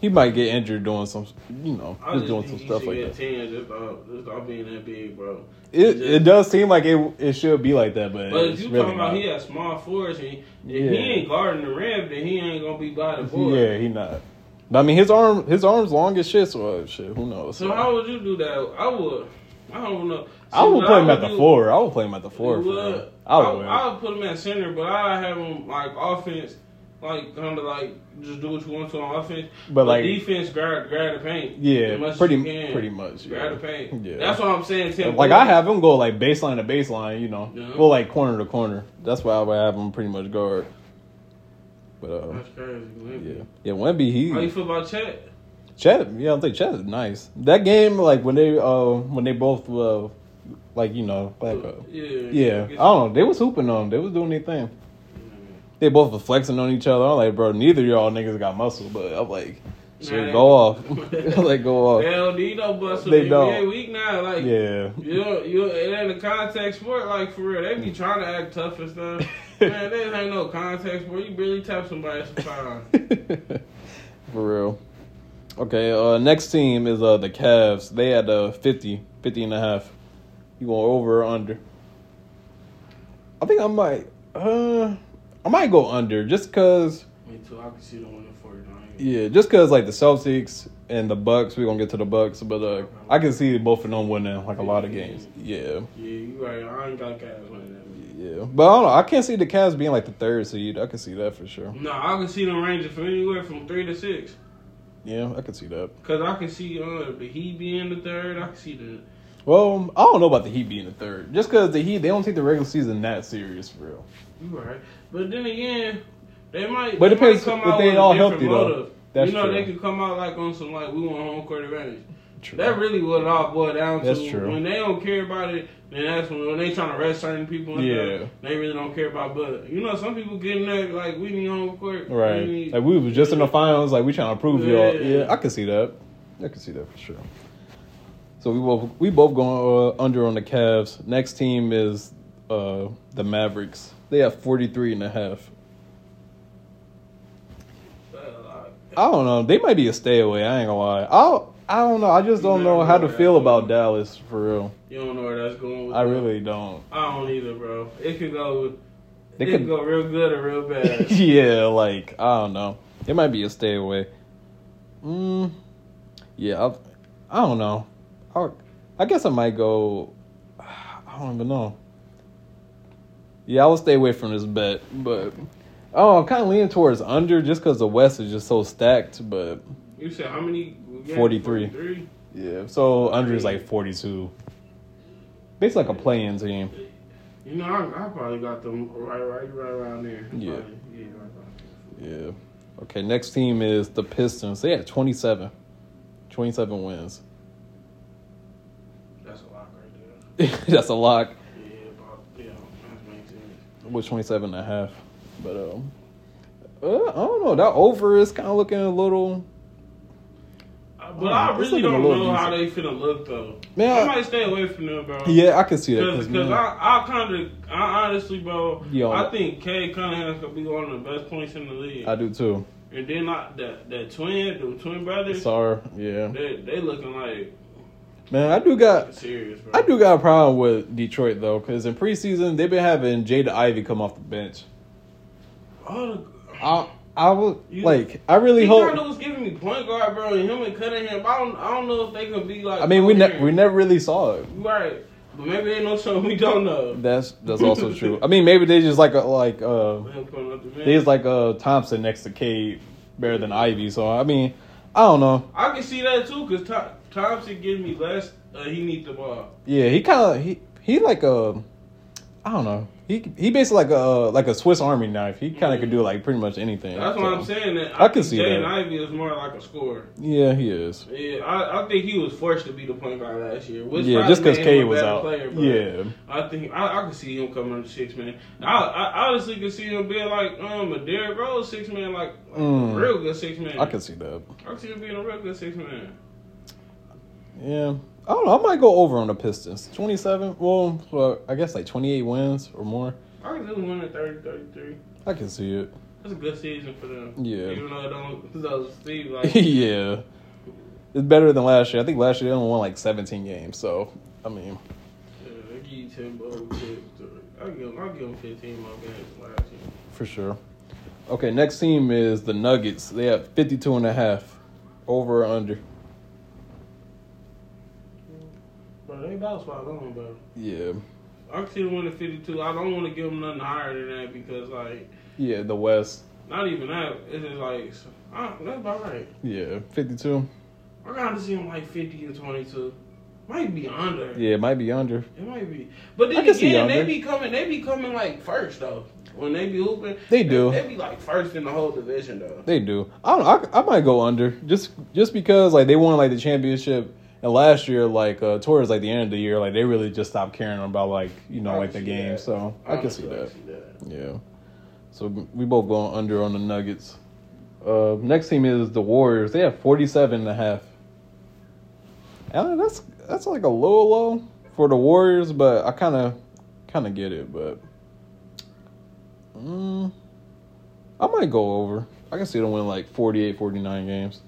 he might get injured doing some. You know,
I
just
just
doing
think
some
he
stuff
should
like
get
that.
10 just off, just off being that big, bro.
It it does seem like it it should be like that, but,
But
it's
if you
really
talking about
not.
he has small fours and if
Yeah.
he ain't guarding the rim, then he ain't gonna be by the board.
yeah, he not. But, I mean, his arm his arm's long as shit. So uh, shit, who knows?
So how would you do that? I would. I don't know.
I
See,
would
what
play him at
would
the
do-
four. I would play him at the four.
You
For
would?
real.
I,
I would.
I would put him at center, but I have him like offense, like kind of like just do what you want to on offense.
but like,
defense, grab grab the paint. as much
yeah,
as
pretty
you can.
pretty much.
grab
Yeah.
the paint.
Yeah.
That's what I'm saying. Tim
Like I
Boyd.
have him go like baseline to baseline, you know,
Yeah.
go like corner to corner. That's why I would have him pretty much guard. But uh,
That's crazy.
yeah,
Man.
yeah, Wemby
How you
he
feel about Chet?
Chet. Yeah, I think Chet is nice. That game, like when they uh when they both uh like you know like uh,
yeah.
yeah, I
Get- Mm-hmm.
don't know. They was hooping on. 'em. They was doing their thing. They both was flexing on each other. I'm like, bro, neither of y'all niggas got muscle, but I'm like, shit,
Nah.
go off, like go off.
Hell, they don't bust
They
they
don't.
NBA week now. Like,
Yeah.
you, you, it ain't a contact sport. Like for real, they be trying to act tough and stuff. Man, this ain't no contact sport. You barely tap somebody sometimes.
For real. Okay, uh next team is uh the Cavs. They had uh 50, 50 and a half. You going over or under? I think I might uh I might go under just cuz
Me too. I can see them winning 49.
yeah, just cuz like the Celtics and the Bucks, we're going to get to the Bucks, but uh I can see both of them winning like a lot of games. Yeah.
Yeah, you right. I ain't got Cavs winning that. week.
Yeah. But I don't know, I can't see the Cavs being like the third seed. I can see that for sure.
No, I can see them ranging from anywhere from three to six.
Yeah, I can see that.
Cause I can see uh, the Heat being the third. I can see the
Well, I don't know about the Heat being the third. Just because the Heat, they don't take the regular season that serious, for real.
you right. But then again, they might.
But it
they might
depends
come
if
out
they
with a
all
different
healthy, though.
motive.
That's
you know
true.
they could come out like on some like we want home court advantage.
True.
That really what it all boiled down to.
That's true.
When they don't care about it, then that's when, when they trying to rest certain people. and
Yeah.
stuff, they really don't care about. But you know, some people get in there like we need home court. We
right.
need,
Like, we was just in the finals. Like, we trying to prove y'all.
Yeah.
Yeah, I can see that. I can see that for sure. So, we both we both going uh, under on the Cavs. Next team is uh, the Mavericks. They have 43 and a half.
uh,
I don't know. They might be a stay away. I ain't gonna lie. I'll, I don't know. I just
You
don't
never
know how
know
to
that.
feel about Dallas, for real.
you don't know where that's going. With
I
that.
really don't.
I don't either, bro. It could go.
They
it
could-
could go real good or real bad.
yeah, like I don't know. It might be a stay away. Mm, yeah, I, I don't know. I, I guess I might go. I don't even know. Yeah, I will stay away from this bet, but oh, I'm kind of leaning towards under just because the West is just so stacked. But
you said how many? games?
43.
43?
yeah, so under is like 42. Basically, like a play-in team.
You know, I, I probably got them right, right, right around there.
Yeah.
Probably, yeah, right around there.
Yeah. Okay, next team is the Pistons. They had 27. 27 wins.
That's a lot right there.
That's a lock.
Yeah, about yeah, that makes sense.
with 27 and a half. But um, uh, I don't know. That over is kind of looking a little.
Uh,
Oh,
But I
it's
really
looking a
don't
little
know how they finna look though.
Man, I-
I might stay away from them, bro.
Yeah, I can see that.
Because
'cause, man,
I, I kind of, I honestly, bro,
Yo.
I think K Cunningham could be one of the best points in the league.
I, do too.
and then I, that that twin, the twin brothers,
Sorry. Yeah,
they they looking like
man, I do got.
serious, bro.
I do got a problem with Detroit though, because in preseason they've been having Jada Ivy come off the bench.
All the,
I I would
You-
like. I really
Ricardo
hope.
was giving me point guard, bro, and him and Cunningham. I don't, I don't know if they can be like.
I mean, we ne-
never,
we never really saw it.
right, but maybe ain't no something we don't know.
That's that's also true. I mean, maybe they just like a, like uh
Him putting up the
they
bench.
just like uh Thompson next to Cade better than Ivy. So I mean, I don't know.
I can see that too, cause Tom, Thompson gives me less. Uh, he needs the ball.
Yeah, he kind of he he like a I don't know. He he basically like a uh, like a Swiss Army knife. He kind of could do like pretty much anything.
That's
so.
why I'm saying that.
I can
think
see
Jaden
that.
Ivey is more like a scorer.
Yeah, he is.
Yeah, I, I think he was forced to be the point guard last year. Which
yeah,
probably
just because
made him
Cade
a
was
better
out.
Player, but
yeah,
I think I, I could see him coming up six man. I, I honestly could see him being like um a Derrick Rose six man, like
Mm.
a real good six man.
I could see that.
I could see him being a real good six man.
Yeah. I don't know. I might go over on the Pistons. 27, well, well, I guess like 28 wins or more.
I could see him winning 30, 33.
I can see it.
That's a good season for them.
Yeah.
Even though it don't those Steve like
yeah. It's better than last year. I think last year they only won like 17 games. So, I mean,
yeah, I give you ten bucks. I give him I give him fifteen more games last year.
for sure. Okay, next team is the Nuggets. They have 52 and a half over or under.
Bro, they about spot on, bro.
Yeah.
I could see him winning fifty two. I don't wanna give him nothing higher than that because like
Yeah, the West.
not even that. It's just like I, that's about right.
Yeah, 52.
I gotta see him like fifty or twenty two. Might be under.
Yeah, it might be under.
It might be. But
I
then
can see
again, they
under.
be coming they be coming like first though. When they be hooping.
They do.
They, be like first in the whole division though.
They do. I don't, I I might go under just just because like they won like the championship and last year like uh towards like the end of the year like they really just stopped caring about like you know
I
like the
can see
game
that.
so I can see
Honestly,
that yeah. So we both going under on the Nuggets. Uh, next team is the Warriors. They have 47 and a half. And that's that's like a low low for the Warriors, but I kind of kind of get it, but mm, I might go over. I can see them win like 48, 49 games.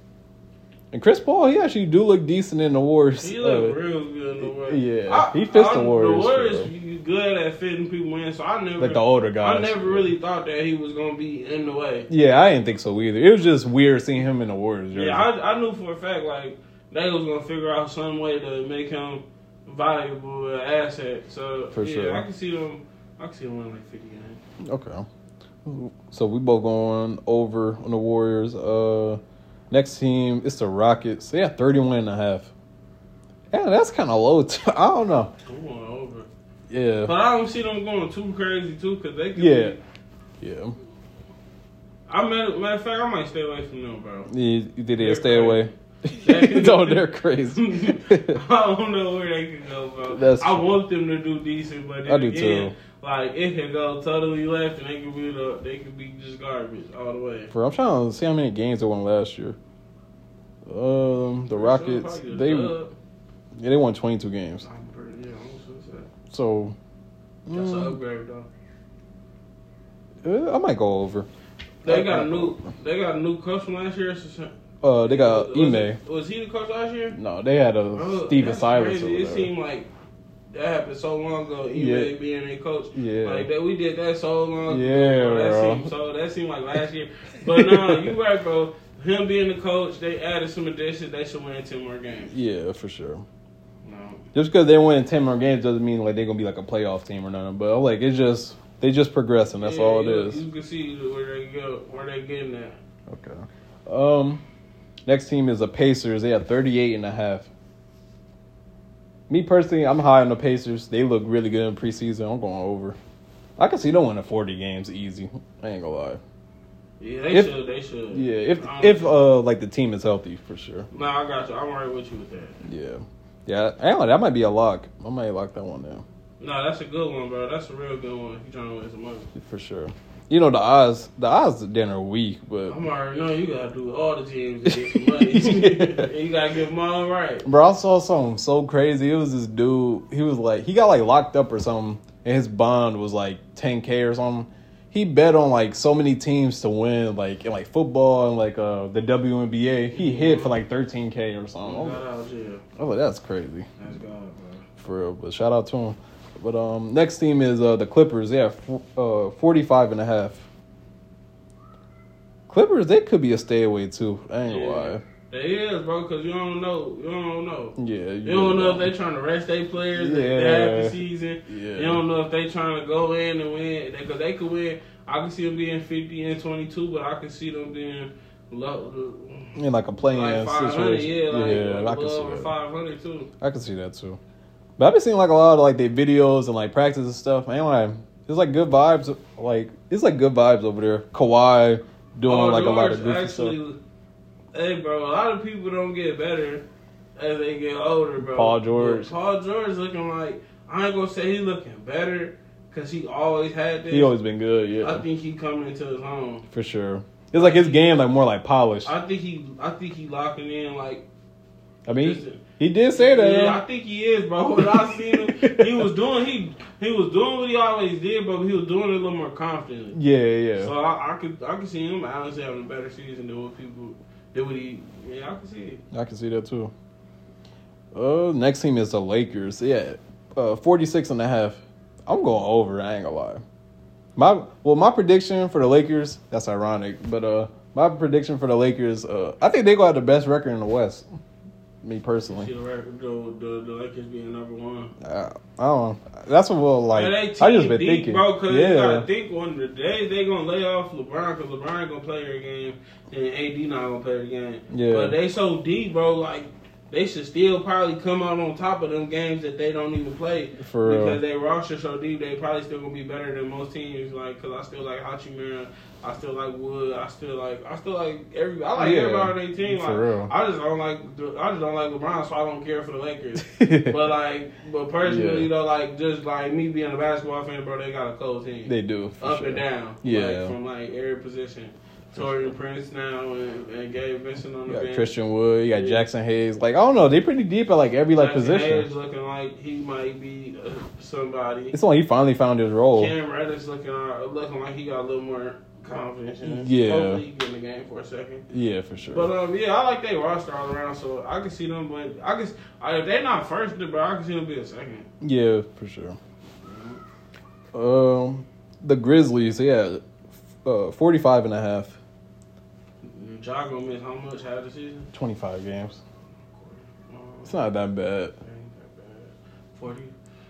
And Chris Paul, he actually do look decent in the Warriors.
He look
uh,
real good in the Warriors.
yeah, he fits the Warriors,
The Warriors
bro.
you good at fitting people in, so I never
like the older guys.
I never really thought that he was gonna be in the way.
Yeah, I didn't think so either. It was just weird seeing him in the Warriors jersey.
Yeah, I, I knew for a fact like they was gonna figure out some way to make him valuable uh, asset. So
For
yeah,
sure.
I can see them. I can see them winning like fifty games.
Okay. So we both going over on the Warriors. Uh next team it's the Rockets. They have 31 and a half. Yeah, that's kind of low. Too. I don't know.
I'm going over, but
Yeah.
I don't see them going too crazy too, cause they can.
Yeah.
Be,
Yeah.
I matter, matter of fact, I might stay away from them, bro.
You, you did
They're
it. Stay away.
They're-
no, they're crazy.
I don't know where they could go, bro.
That's
I
true.
want them to do decent, but then
I do
again,
too.
Like it could go totally left, and they could be the, they could be just garbage all the way.
Bro, I'm trying to see how many games they won last year. Um, the Rockets
So probably a
they yeah,
dub.
they won 22 games.
I'm pretty- yeah, I'm so sad.
So
That's an
mm,
upgrade though.
uh, I might go over.
They got a new they got a new coach from last year. so-
Uh, they got
was,
Ime.
Was he the coach last year?
No, they had a
Bro,
Steven
Oh, that's
Silas.
crazy.
over
It
there.
seemed like that happened so long ago. Ime
Yeah.
being a coach.
Yeah.
Like that, we did that so long.
Yeah,
ago. That
bro.
seemed so that seemed like last year. But no, you right, bro. Him being the coach, they added some additions. They should win ten more games.
Yeah, for sure.
No.
Just because they win ten more games doesn't mean like they're gonna be like a playoff team or nothing. But like it's just they just progressing. That's
Yeah,
all it
you,
is.
You can see where they go, where they getting at.
Okay. Um, next team is the Pacers. They have 38 and a half. Me personally, I'm high on the Pacers. They look really good in preseason. I'm going over. I can see them winning 40 games easy. I ain't gonna lie.
Yeah, they
If-
should. They should.
Yeah, if
Um,
if uh like the team is healthy for sure.
Nah, I got you. I'm right with you with that.
Yeah, yeah. I ain't gonna lie, that might be a lock. I might lock that one down.
No, that's a good one, bro. That's a real good one. If you trying to win some money,
For sure. You know the odds. The odds then are weak, but
I'm already know you gotta do all the teams to get some money. and you gotta get them all right.
bro, I saw something so crazy. It was this dude. He was like, he got like locked up or something, and his bond was like 10k or something. He bet on like so many teams to win, like in like football and like uh the WNBA. He hit for like 13k or something. I
Oh,
was
God,
like-
I was jail.
I was like, that's crazy
That's God, bro.
for real. But shout out to him. But um, next team is uh the Clippers. They have f- uh 45 and a half. Clippers, they could be a stay away too. I ain't
Yeah.
why.
They is, bro, because you don't know. You don't know.
Yeah,
You don't know if they trying to rest their players
Yeah.
half the season.
Yeah.
You don't know if they trying to go in and win because they could win. I can see them being fifty and twenty two, but I can see them being low,
in like a playing
like five hundred.
situation.
Yeah, like
I can see
above
that.
five hundred too.
I can see that too. But I've been seeing like a lot of like their videos and like practice and stuff. Man, like, it's like good vibes. Like it's like good vibes over there. Kawhi doing
Oh,
like a lot
George
of goofy stuff.
actually- Hey, bro, a lot of people don't get better as they get older, bro.
Paul George.
But Paul George looking like I ain't gonna say he looking better because he always had this.
He always been good,
I
yeah,
think he coming into his own.
for sure. It's like his game like more like polished.
I think he, I think he locking in like.
I mean,
just-
he did say that.
Yeah,
huh?
I think he is, bro. When I seen him, he was doing he he was doing what he always did, but he was doing it a little more confidently.
Yeah, yeah.
So I, I could I could see him honestly having a better season than what people than what he. Yeah, I could see it.
I can see that too. Uh, next team is the Lakers. Yeah, uh, 46 and a half. I'm going over. I ain't gonna lie. My well, my prediction for the Lakers. That's ironic, but uh, my prediction for the Lakers. Uh, I think they gonna have the best record in the West. Me
See
personally,
the, record, the, the, the Lakers being number one.
I, I don't. know. That's what we'll like.
But they
I just
team
been
deep,
thinking.
bro. Cause you
yeah,
gotta think one of the days they gonna lay off LeBron because LeBron gonna play their game and AD not gonna play their game.
Yeah.
But they so deep, bro. Like they should still probably come out on top of them games that they don't even play
for real.
because they roster so deep. They probably still gonna be better than most teams. Like, cause I still like Hachimura. I still like Wood. I still like. I still like every. I like
Yeah,
everybody on their team.
for
Like,
real.
I just don't like. I just don't like LeBron, so I don't care for the Lakers but like, but personally,
Yeah.
though, like just like me being a basketball fan, bro, they got a cold team
they do for
up
sure.
and down,
Yeah.
like, from like every position. Torian Prince now and, and Gabe Vincent on
You
the
got
bench.
Christian Wood. You got
Yeah.
Jackson Hayes. Like I don't know. They pretty deep at like every like
Jackson
position.
Hayes looking like he might be uh, somebody.
It's like he finally found his role.
Cam Reddish looking uh, looking like he got a little more confidence. in it.
Yeah.
hopefully he get in the game for a second.
Yeah, for sure.
But um, yeah, I like they roster all around, so I can see them. But I can, s- I, if they're not first, bro, I can see them be a second.
yeah, for sure. Um, the Grizzlies, yeah, uh, 45 and a half,
Ja gonna miss how much half the season?
25 games.
Um,
It's not that bad.
Forty.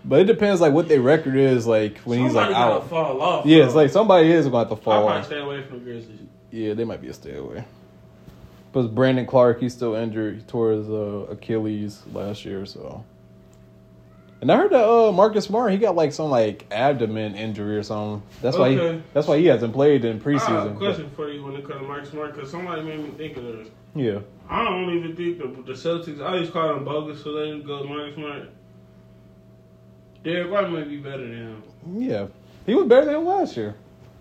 But it depends, like, what their record is, like, when he's, like,
gotta
out.
fall off.
Yeah,
bro.
it's like somebody is going to have to
I'll
fall.
probably stay away from the Grizzlies.
Yeah, they might be a stay away. But Brandon Clark, he's still injured. He tore his uh, Achilles last year, so. And I heard that uh, Marcus Smart, he got like some like abdomen injury or something. That's why he
Okay.
that's why he hasn't played in
I have a
preseason.
question for you when it comes to Mark Smart because somebody made me think of this.
But- yeah,
I don't even think the, the Celtics. I always call them bogus, so they go Mark Smart. Derek White might be better than him.
yeah, he was better than last year.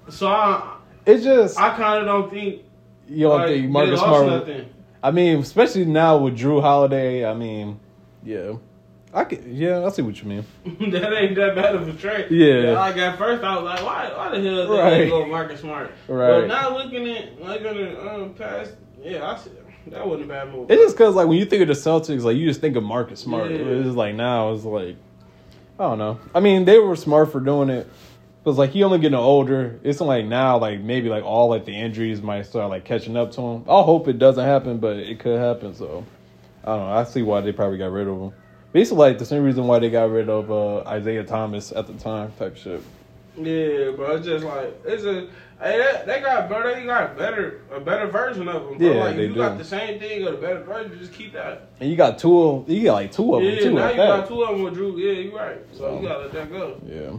So I,
It's just
I kind of don't think.
you don't
like,
think
they
Marcus
lost
Smart.
Nothing.
I mean, especially now with Drew Holiday. I mean, yeah, I could. Yeah, I see what you mean.
that ain't that bad of a trade.
Yeah.
Like at first, I was like, why, why the hell did
Right.
they go Marcus Smart?
Right.
But now looking at looking at um past, yeah, I see, that wasn't a bad move.
It's just because, like, when you think of the Celtics, like, you just think of Marcus Smart.
Yeah.
It's just like now, it's like, I don't know. I mean, they were smart for doing it, but it's like he only getting older. It's like now, like maybe like all like the injuries might start like catching up to him. I hope it doesn't happen, but it could happen. So I don't know. I see why they probably got rid of him. Basically, like the same reason why they got rid of uh, Isaiah Thomas at the time, type shit.
yeah, bro. It's just like it's a. Hey, that- they got better. They got better, a better version of them. Bro.
Yeah,
like,
they
you got
do.
the same thing or the better version. Just keep that.
And you got two, of, you got like two of them
yeah,
too.
now
like
you
that.
got two of them with Drew. Yeah, you right. So,
So.
you gotta let that go.
Yeah.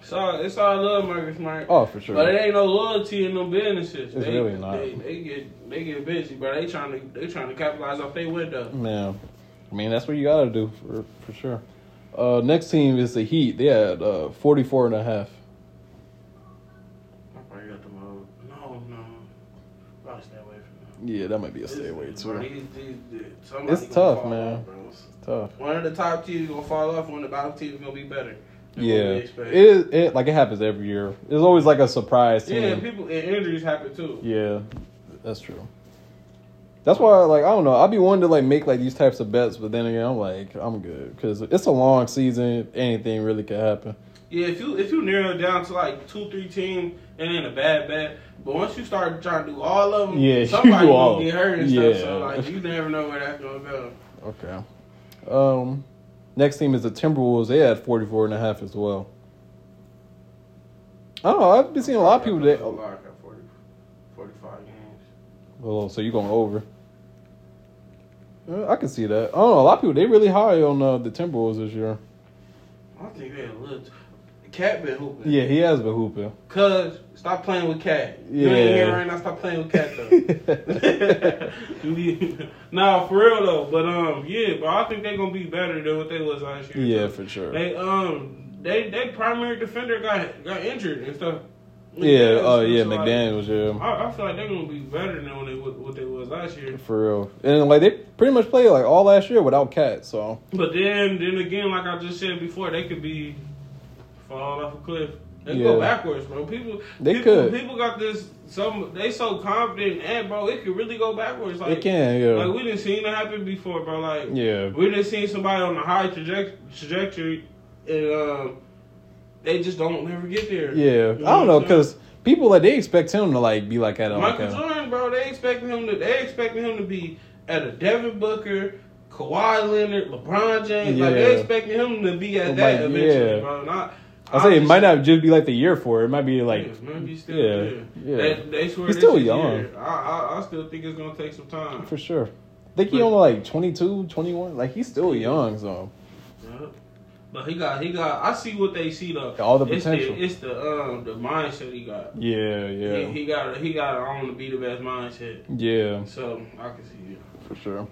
It's all, it's all love, Marcus Smart.
Oh, for sure.
But it ain't no loyalty in them businesses.
It's
they,
really not.
They, they get they get busy, bro. They trying to they trying to capitalize off their window.
Yeah, I mean that's what you gotta do for for sure. Uh, next team is the Heat. They had uh, 44 and a half.
I probably got the mode. No, no. Probably stay away from them.
Yeah, that might be a stay
This-
away
bro,
too.
these- these- these- somebody
It's
gonna
tough,
fall
man.
off, bro.
Tough.
One of the top teams gonna fall off. One of the bottom teams gonna be better. than what we
Yeah,
expect.
it it like it happens every year. It's always like a surprise team.
yeah.
Yeah,
People and injuries happen too.
that's true. That's why, like, I don't know. I'd be wanting to like make like these types of bets, but then again, I'm like, I'm good because it's a long season. Anything really could happen.
Yeah, if you if you narrow it down to like two, three teams, it ain't a bad bet. But once you start trying to do all of them,
Yeah, you
somebody
do
will
all-
get hurt and
yeah.
stuff. So like you never know where that's gonna go.
Okay. Um, next team is the Timberwolves. They had 44 and a half as well. Oh, I've been seeing a lot of people that.
A lot got 40, 45 games.
Oh, so you're going over. Uh, I can see that. Oh, a lot of people they really high on uh, the Timberwolves this year.
I think they a little. T- Cat been hooping.
Yeah, he has been hooping.
Cuz, stop playing with Cat. You
Yeah.
ain't here right now, stop playing with Cat, though. nah, for real, though. But, um, yeah, bro, I think they going to be better than what they was last year.
yeah,
though.
for sure.
They, um, they, they primary defender got got injured and stuff.
yeah, oh yeah,
So, like,
McDaniel's. Yeah,
I, I feel like they're going to be better than what they, wa- what they was last year.
for real. And like they pretty much played like all last year without Cat. So
But then, then again, like I just said before, they could be fall off a cliff. They
Yeah.
go backwards, bro. People,
They
people,
could.
People got this. Some they so confident, and bro, it could really go backwards. Like
it can. Yeah,
Like we didn't seen it happen before, bro. Like
yeah.
we didn't seen somebody on a high traject- trajectory, and um, they just don't never get there.
Yeah, I don't know because people like they expect him to like be like at a, like
Michael
a
Jordan, bro, they expecting him to they expecting him to be at a Devin Booker, Kawhi Leonard, LeBron James. Like
Yeah.
they expecting him to be at
Like,
that eventually,
yeah.
bro. Not
I say it might not just be like the year for it. It might be like
yeah, maybe still
yeah,
yeah.
yeah.
They, they swear
He's
this
still
is
young.
here. I, I I still think it's gonna take some time.
for sure. I think he
But-
only like 22, 21. Like he's still young, so
Yup. But he got he got I see what they see though.
all the
it's
potential.
the it's the um the mindset he got.
yeah, yeah,
He, he got he got it on to be the best mindset.
yeah,
So I can see it.
for sure.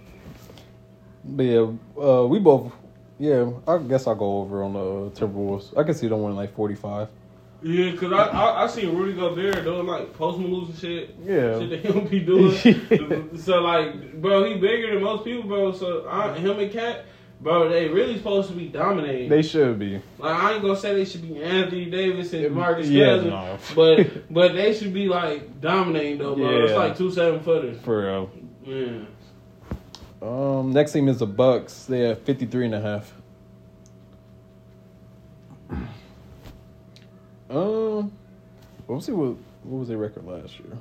But yeah, uh, we both. Yeah, I guess I'll go over on the Timberwolves. I can see them winning like forty-five.
Yeah, cause I, I I seen Rudy Gobert doing like post moves and shit.
Yeah,
Shit that he don't be doing. so like, bro, he bigger than most people, bro. So I, him and Cat, bro, they really supposed to be dominating.
they should be.
like I ain't gonna say they should be Anthony Davis and Marcus
yeah,
Cousins,
no.
but but they should be like dominating though, bro. It's
Yeah.
like two seven footers.
for real.
Yeah.
Um, next team is the Bucks. They have 53 and a half. Um, let's see what what was their record last year.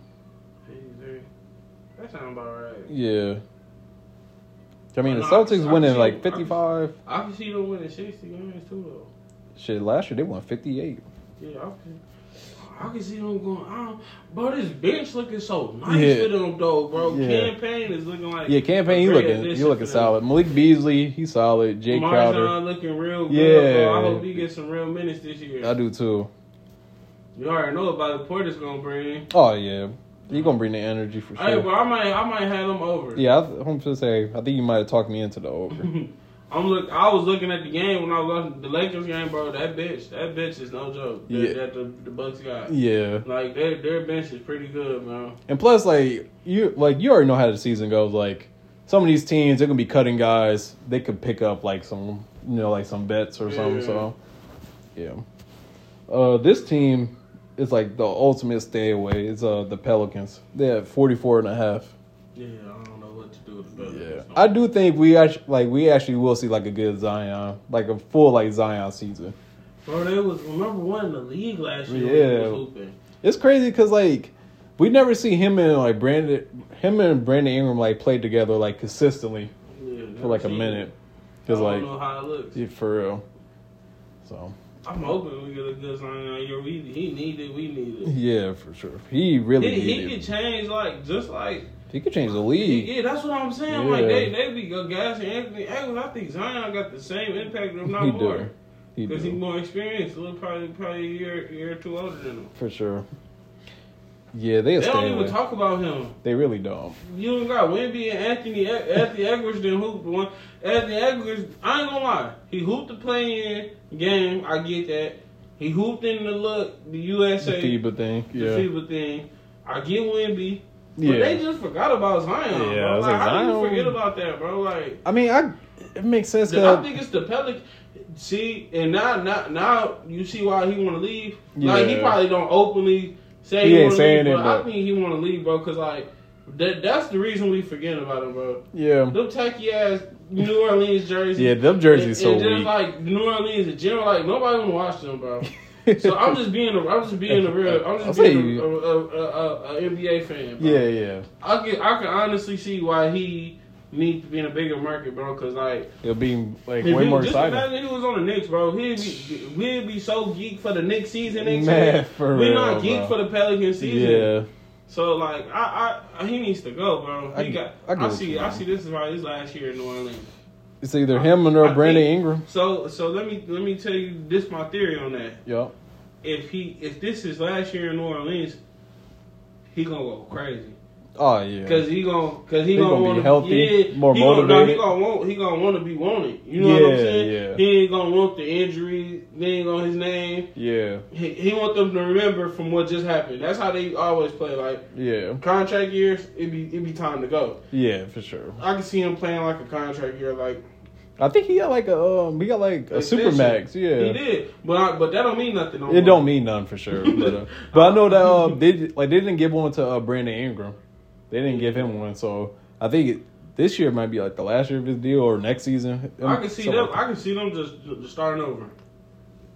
That sound about right.
Yeah. I mean, the
Nah,
Celtics
I
winning
see-
like
I-
55.
I can see them winning sixty games too
Shit, last year they won 58.
though. Yeah, I can. I can see them going. I don't, bro, this bench looking so nice
Yeah.
for them though, bro.
Yeah.
Campaign is looking like
Yeah, campaign. You
Great
looking,
addition
you looking
for them.
solid. Malik Beasley, he's solid. Jay
Marjan
Crowder,
looking real good.
Yeah.
Bro. I hope he gets some real minutes this year.
I do too.
You already know about the Porter's gonna bring.
Oh yeah, you gonna bring the energy for
Hey, bro,
sure.
I might, I might have them over.
Yeah, I, th- I'm gonna say I think you might have talked me into the over.
I'm look. I was looking at the game when I was watching the Lakers game, bro. That bitch, that bitch is no joke. That,
Yeah.
that the, the Bucks got.
yeah.
Like their their bench is pretty good, man.
And plus, like you, like you already know how the season goes. Like some of these teams, they're gonna be cutting guys. They could pick up like some, you know, like some bets or something.
Yeah.
So, yeah. Uh, this team is like the ultimate stay away. It's uh the Pelicans. They have 44 and a half.
Yeah, I don't know what to do with the
Yeah,
Pelicans.
I do think we actually like we actually will see like a good Zion, like a full like Zion season.
Bro, they was remember one in the league last year.
Yeah.
Yeah, was hooping.
It's crazy because like we never see him and like Brandon, him and Brandon Ingram like played together like consistently.
Yeah,
for like a
see,
minute.
I
Cause
don't
like
know how it looks.
yeah, for real. So
I'm hoping we get a good sign out here. We he need it. We need it.
yeah, for sure. He really
He, he
needed-
could change like just like
he could change the league.
yeah. That's what I'm saying. Like they
Yeah.
they be gassing Anthony Edwards. I think Zion got the same impact, if not
He do.
more,
He
because he's
do
more experienced. Look, probably probably a year year or two older than him.
for sure. Yeah, they
They
stay
don't even
away.
talk about him.
They really don't.
You don't got Wimby and Anthony E, Anthony Edwards then hoop the one. Anthony Edwards, I ain't gonna lie, he hooped the play in game. I get that. He hooped in the look the
The
USA
FIBA thing.
the
Yeah,
FIBA thing. I get Wimby. But
yeah.
they just forgot about Zion.
Yeah,
bro.
I was
Like,
like,
how do you
Zion-
forget about that, bro? Like,
I mean, I it makes sense.
I
Cause,
think it's the Pelic. See, and now, now, now you see why he want to leave. Like, he
Yeah.
probably don't openly say
He
he,
ain't
want to leave,
saying it,
but I
but-
think he want to leave, bro, because like that, that's the reason we forget about him, bro.
yeah,
Them tacky ass New Orleans jerseys.
Yeah, them jerseys so
and, and just
weak.
like New Orleans in general, like nobody wanna watch them, bro. So I'm just being a, I'm just being a real, I'm just
I'll say
being a,
you-
a, a, a, a NBA fan. Bro.
yeah, yeah.
I can I can honestly see why he needs to be in a bigger market, bro. Cause like,
It'll be like
if
way
he-
more
just
exciting.
imagine if he was on the Knicks, bro. He'd be we'd be so geek for the Knicks season next
Man,
year.
for
We're
real,
not
bro.
geek for the Pelican season.
Yeah,
So like, I, I he needs to go, bro.
I
He
get-
got.
I get
I,
what
see.
you
I
mean.
see. This is why his last year in New Orleans.
it's either him or
I
Brandon
think-
Ingram.
So so let me let me tell you this my theory on that.
Yup.
If he if this is last year in New Orleans, he gonna go crazy.
Oh yeah.
Cause he gonna, cause he,
He
gonna,
gonna be
wanna,
healthy,
yeah,
more
he gonna-
motivated.
no, he gonna want, he gonna want to be wanted. You know what I'm
Yeah,
saying?
yeah.
He ain't gonna want the injury thing on his name.
Yeah,
He, he want them to remember from what just happened. That's how they always play. Like
yeah,
contract years, it be it be time to go.
yeah, for sure.
I can see him playing like a contract year. Like
I think he got like a um, he got like a
Extension.
supermax.
he
Yeah,
did, but I, but that don't mean nothing. No
it
more.
don't mean none for sure. But, uh, but I know that uh, they like they didn't give one to uh, Brandon Ingram. They didn't give him one, so I think it, this year might be like the last year of his deal or next season. Um,
I can see
Something
them.
like that.
I can see them just, just starting over.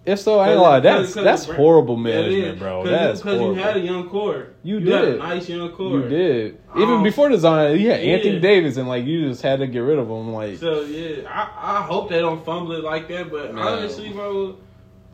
If so, I ain't gonna
Cause-
lie.
cause-
That's
cause
that's
of Brand-
horrible
Yeah, it is.
management, bro.
Cause
That's
you, you
horrible.
had a young core.
You
had a
did.
nice young core.
You did. Even
Um,
before the Zion, you had Anthony
yeah.
Davis, and like you just had to get rid of him. Like,
So yeah, I, I hope they don't fumble it like that. But
No.
honestly, bro,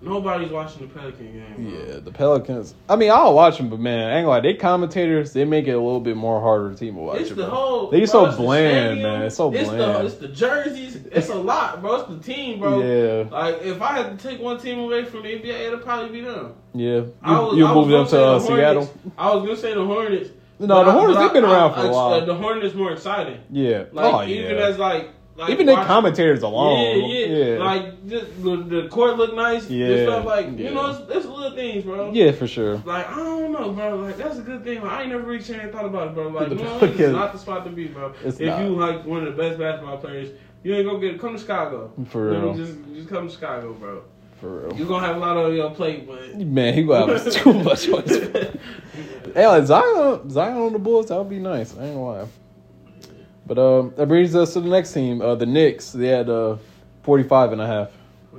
nobody's watching the Pelican game. Bro.
yeah, the Pelicans. I mean, I'll watch them, but man, I ain't gonna lie. They commentators, they make it a little bit more harder team to watch
It's
it.
the
bro.
whole.
They
bro,
so
it's the
bland,
stadium,
man. It's so
The,
bland.
it's the jerseys. It's a lot, bro. It's the team, bro.
Yeah,
Like if I had to take one team away from the NBA, it'd probably be them.
yeah. You,
I was-
you
I was
moved
gonna
up
say
to
the
uh,
Hornets.
Seattle.
I was gonna say the Hornets.
No,
but
the
I-
Hornets.
but
They've been
I-
around
I-
for a
I-
while.
The Hornets more exciting.
yeah.
Like
oh
even
yeah.
as like, like
even the
watch-
commentators alone.
Yeah, yeah. Like just, the, the court looked nice. Yeah.
Yeah,
Stuff like you
yeah.
know, it's, it's little things, bro.
yeah, for sure.
Like I don't know, bro. Like that's a good thing. Like, I ain't never really changed thought about it, bro. Like
The
New Orleans
Pelicans-
is not the spot to be, bro.
It's
if
not.
you like one of the best basketball players, you ain't gonna get come to Chicago.
For
You know,
real.
Just just come to Chicago, bro.
For real.
You gonna have a lot on your plate, but
Man, he gonna have too much on his plate. Hey, like Zion, Zion on the Bulls, that would be nice. I ain't gonna lie. But um, that brings us to the next team, uh, the Knicks. They had uh, 45 and a half. I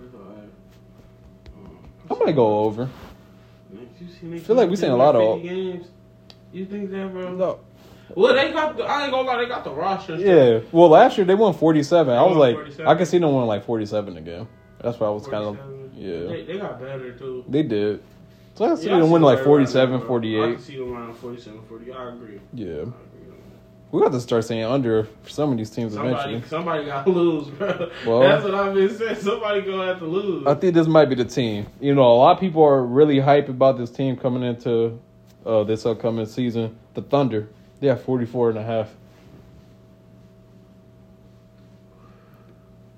might go over.
feel
Feel like we seen a lot of-
games. You think that, bro?
No.
Well, they got. The, I ain't gonna lie, they got the roster. and
Yeah. Well, last year they won 47. I
They
was
won
like,
47.
I could see them winning like 47 again. That's why I was
stuff.
kind of.
47.
yeah.
They, they got better too.
They did. So I could see
Yeah, I
them
see
win
the
like
right
47,
round, bro. I can
48.
see them around 47, 48. I agree.
Yeah.
I agree on that.
We got to start saying under for some of these teams
Somebody,
eventually.
somebody got to lose, bro.
Well-
That's what I've been saying. Somebody gonna have to lose.
I think this might be the team. You know, a lot of people are really hype about this team coming into uh, this upcoming season. The Thunder. They have 44 and a half.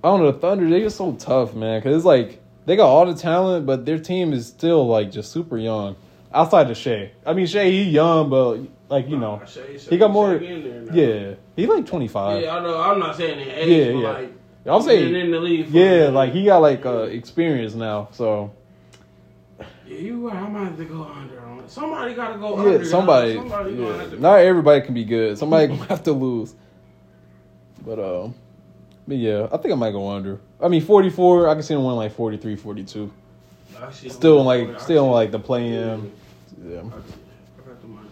I don't know. The Thunder, they just so tough, man. Because it's like they got all the talent, but their team is still like just super young. Outside of Shea. I mean, Shea, he young, but like, you know.
Nah, Shay- Shay-
He got
Shay
more-
been there now.
Yeah. He like 25.
Yeah, I know. I'm not saying in age,
Yeah,
but
yeah.
like,
I'm
he been
saying,
in the league. for-
yeah, like he got like uh, experience now. So
Yeah, you right. I might have to go under on it. Somebody got to go under.
yeah,
dog.
somebody,
somebody gonna
yeah.
have to
not everybody can be good. Somebody gonna have to lose. But uh, but yeah, I think I might go under. I mean, 44. I can see him win like 43, 42.
I see them
Still in,
going
like
for it.
still in,
I
like the
see-
play
Yeah,
in. Yeah.
I see- I got the money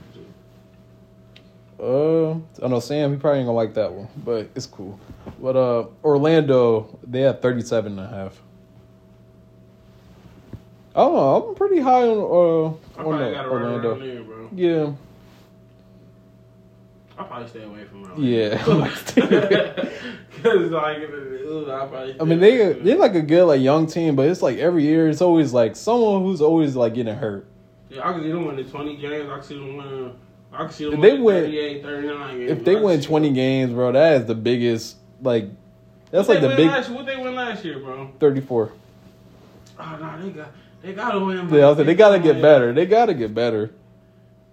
too.
Uh, I know Sam. He probably ain't gonna like that one, but it's cool. But uh, Orlando, they had 37 and a half. I don't know. I'm pretty high on
I
uh on
probably
uh,
got to run around
Orlando.
there, bro.
Yeah.
I probably stay away from Raleigh.
Yeah.
because like, ooh, I probably.
I mean, they they're like a good like young team, but it's like every year it's always like someone who's always like getting hurt.
Yeah, I can see them winning twenty games. I can see them winning. I can see them
If they
winning
win-
38, 39 games.
If they
I can
win
see
twenty
them-
games, bro, that is the biggest like that's like
What they
the
win
big
Last, what they win last year, bro?
thirty four.
Oh no, they got they gotta win.
Yeah, I was like, they gotta
win.
get better. They gotta get better.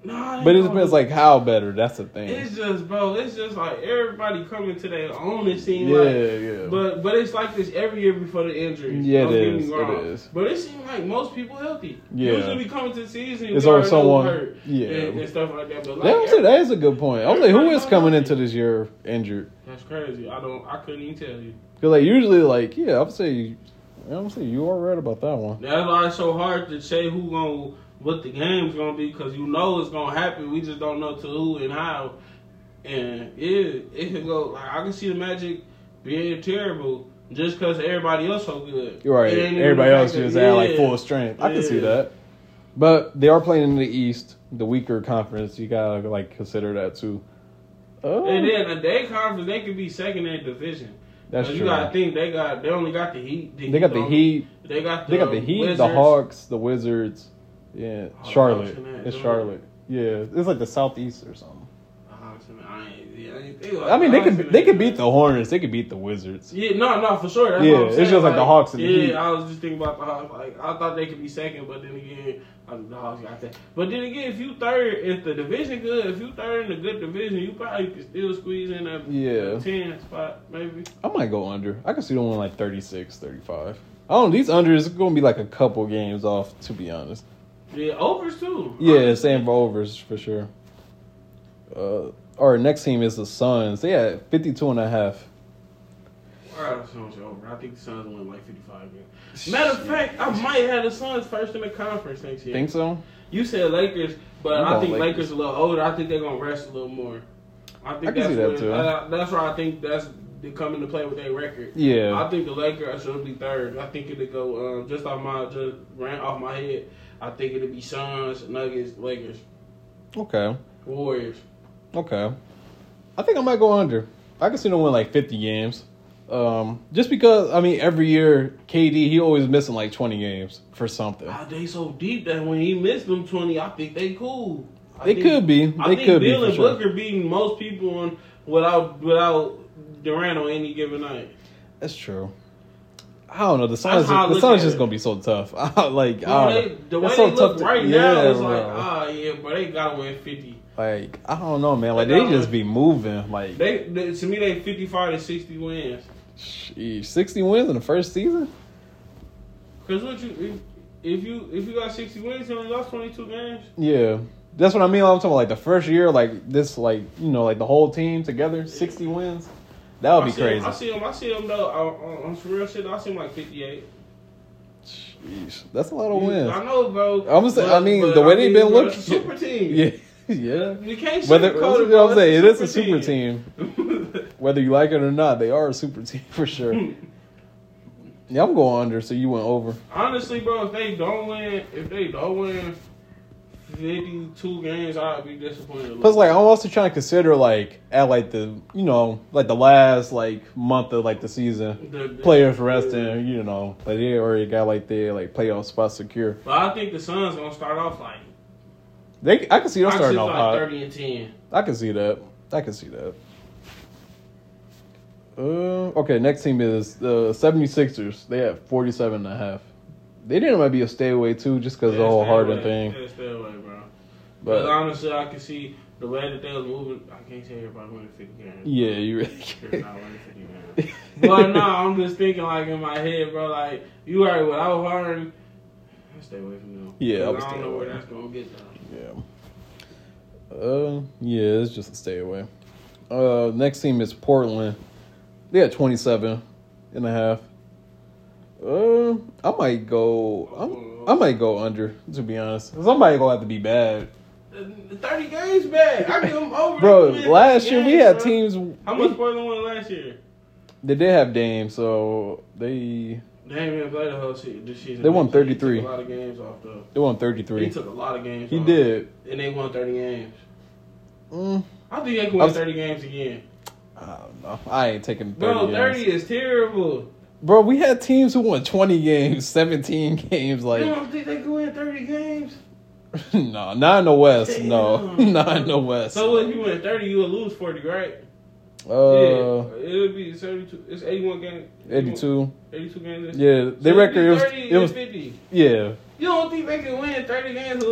Nah,
But it
it's
depends like how better. That's the thing.
It's just, bro. It's just like everybody coming to their own. It
Yeah,
seems like,
yeah.
but but it's like this every year before the injury.
Yeah, it
Don't get me
is, it
wrong.
is.
But it seems like most people healthy.
Yeah.
Usually we come to the season,
It's
we
always
already know
someone-
hurt
yeah.
and, and stuff like that. But
That
like,
was it. That is a good point. I was like, who is coming into this year injured?
that's crazy. I don't. I couldn't even tell you.
Because like usually, like yeah, I would say, I would say you are right about that one.
That's why it's so hard to say who gonna what the game's gonna be because you know it's gonna happen. We just don't know to who and how. And yeah, it can go like I can see the Magic being terrible just because everybody else so good.
You're right.
It ain't even
Everybody
the
else
fact
is
that-
at like
yeah.
full strength. I can see
Yeah.
that. But they are playing in the East, the weaker conference. You gotta like consider that too.
And
Oh,
then a day conference, they could be second in the division.
that's
But
true.
You gotta think they got they only got the Heat. The
They got the
on-
Heat.
They got the
They got the Heat, the
Wizards.
Hawks, the Wizards. Yeah,
Hawks
Charlotte.
and that,
It's
don't
Charlotte. Yeah, it's like the Southeast or something.
Hawks, I ain't- yeah, I ain't think about
I mean, they
Hawks
could
and
they
that.
could beat the Hornets. They could beat the Wizards.
Yeah, no, no, for sure. That's
Yeah,
what I'm
it's
saying.
just like the Hawks and the
yeah,
Heat.
I was just thinking about the Hawks. Like I thought they could be second, but then again, I mean, the Hawks got that. But then again, if you third, if the division good, if you third in a good division, you probably could still squeeze in a
Yeah.
ten spot maybe.
I might go under. I could see the one like 36, 35. I don't. These unders are gonna be like a couple games off. To be honest.
Yeah, overs too.
Yeah, same for overs for sure. Uh, our next team is the Suns. They had 52 and a half.
All right, so it's over. I think the Suns win like fifty-five games. Matter of fact, I might have the Suns first in the conference next year.
Think so?
You said Lakers, but
I'm
I
going
think
Lakers.
Lakers. a little older. I think they're gonna rest a little more. I think
I can
that's
see that,
where-
too.
uh, that's where I think that's they come into play with their record.
Yeah.
I think the Lakers should be third. I think it'll go um, just off my just ran off my head. I think it'll be Suns, Nuggets, Lakers,
Okay.
Warriors.
Okay. I think I might go under. I could see them win like 50 games. Um, just because I mean every year KD he always missing like 20 games for something.
Ah, they so deep that when he missed them twenty, I think they cool. I
They
think-
could be. They
I think
could be
Bill
for
and
sure.
Booker beating most people on without without Durant on any given night.
That's true. I don't know. The
That's
Suns,
how I
the
look
Suns
at
just
it.
gonna be so tough. like,
Bro,
I don't
they,
know.
the way
That's
they
so
look
to-
right now
yeah,
is like,
bro.
ah, yeah, but they gotta win fifty.
Like I don't know, man. Like
They
they
don't-
just be moving. Like
They, they to me, they fifty-five to sixty wins.
sheesh, sixty wins in the first season.
Cause what you if, if you if you got sixty wins, you only lost twenty-two games.
Yeah, that's what I mean. I'm talking about like the first year, like this, like you know, like the whole team together, sixty wins. That would
I
be
see
crazy.
Them, I see them. I see them though. I, on, on some real shit, I see them like fifty-eight.
Sheesh, that's a lot of wins.
I know, bro.
I'm just- I mean, the way they
mean,
been
bro, it's a
looking-
super team.
Yeah, yeah.
You can't
Whether
sugarcoat it,
you know
bro.
what I'm saying, it is
It's
a super team.
team.
Whether you like it or not, they are a super team for sure. yeah, I'm going under. So you went over.
Honestly, bro, if they don't win, if they don't win fifty-two games, I'd be disappointed.
Plus, like I'm also trying to consider like at like the you know like the last like month of like the season,
The- the-
players resting. You know, like they already got like their like playoff spot secure.
But I think the Suns gonna start off like
They, I can see them
I see
starting off
like
hot.
thirty and ten.
I can see that. I can see that. Uh, okay, next team is the 76ers. They have 47 and a half. They didn't might be a stay away too, just because
Yeah,
the whole
stay
Harden
away.
thing.
Yeah, stay away, bro. But um,
But
honestly, I can see the way that they was moving. I can't say everybody winning fifty games.
yeah, you really
They're
can't.
not winning 50 games. but no, I'm just thinking like in my head, bro. Like you already without Harden, I stay away from them.
Yeah, I
I,
would
I
stay
don't know where
away.
that's gonna get them.
Yeah. Uh, yeah, it's just a stay away. Uh, next team is Portland. They had 27 and a half. Uh, I might go. I'm, I might go under. To be honest, somebody gonna have to be bad,
Uh, Thirty games back. I give them over.
bro.
They win
Last
50
year we
games,
had
bro.
teams.
How much Portland won last year?
They did have Dame, so they
They ain't even played the whole season. This season.
They won
He took
33.
A lot of games off though.
they won
He
33.
took a lot of games.
He
off.
did.
and they won 30 games.
Mm,
I think they can
I
win
was-
30 games again.
I don't know. I ain't taking 30.
Bro, 30,
games.
is terrible.
Bro, we had teams who won 20 games, 17 games. Like,
They don't think they can win 30 games.
no, not in the West. No,
Damn.
not in the West.
So if you win 30, you will lose 40, right?
Uh,
yeah, it'll be 32. It's 81 games.
82.
82
Yeah,
games. So
they
it'd be
record it was,
30
it was
and 50.
yeah.
You don't think they can win 30 games?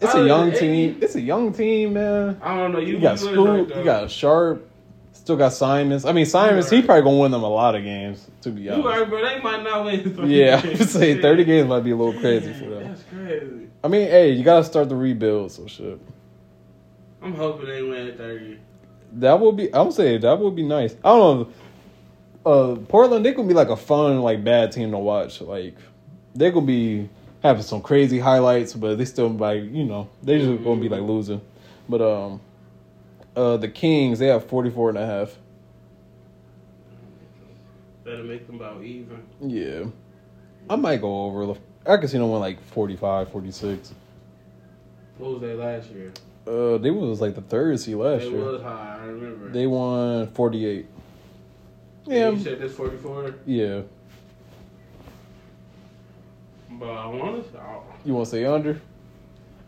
It's
Other
a young
than
team.
Iggy,
It's a young team, man.
I don't know. Oh, You,
You got
good
Scoop.
right
You
there.
got Sharp. Still got Simons. I mean, Simons. He
right.
probably gonna win them a lot of games. To be
You
honest.
right, bro. They might not win. 30
Yeah, I
games.
would say thirty games might be a little crazy
Damn,
for them.
That's crazy.
I mean, hey, you gotta start the rebuild. So shit.
I'm hoping they win 30.
That would be. I would say that would be nice. I don't know. Uh, Portland, they could be like a fun, like bad team to watch. Like they could be having some crazy highlights, but they still like you know they just gonna be like losing. But um, uh, the Kings they have 44 and a half.
That'll make them about even.
Yeah, I might go over. I could see them win like 45, 46.
What was they last year?
Uh, they was like the third seed last
they
year.
was high. I remember.
They won 48.
You
Yeah,
said this 44,
yeah.
but I want to. Oh,
You want to say under?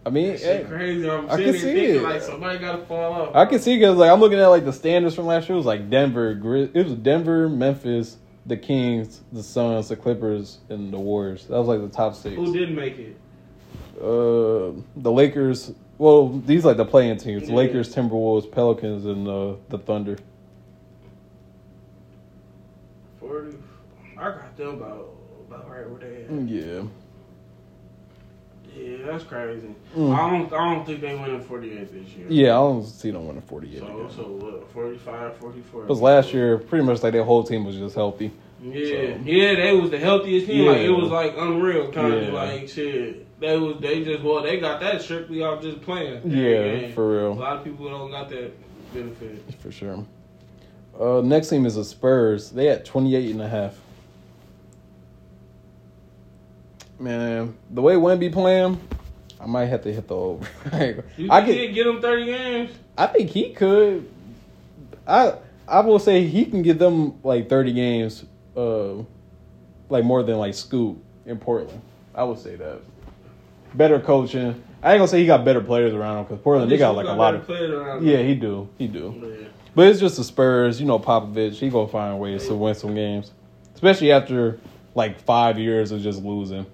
I mean,
that shit
hey.
crazy. I'm
I
sitting
can
there
see
thinking
it.
like somebody got to fall off.
I can see because like I'm looking at like the standards from last year. It was like Denver, Gri- it was Denver, Memphis, the Kings, the Suns, the Clippers, and the Warriors. That was like the top six.
Who didn't make it?
Uh, the Lakers. Well, these like the playing teams:
Yeah.
Lakers, Timberwolves, Pelicans, and uh, the Thunder.
40. I got them about about right where they at.
Yeah,
Yeah, that's crazy.
Mm.
I don't I don't think they win in 48 this year.
yeah. I don't see them winning 48.
So,
Because
so what, 45, 44?
last year, pretty much like their whole team was just healthy.
Yeah,
So-
yeah, they was the healthiest team. Like it
Yeah.
was like unreal, kind
Yeah.
of like shit. They was they just well they got that strictly off just playing. every
Yeah,
game.
for
a
real.
lot of people don't got that benefit.
For sure. Uh, next team is the Spurs. They at 28 and a half. Man, the way Wemby playing, I might have to hit the over.
You
I
can
could,
get them thirty games.
I think he could. I I will say he can get them like 30 games, uh, like more than like Scoop in Portland. I would say that. Better coaching. I ain't gonna say he got better players around him because Portland they got like a lot of.
players around.
Yeah,
them.
he do. He do.
Yeah.
But it's just the Spurs, you know, Popovich. He gonna find ways to win some games, especially after like five years of just losing.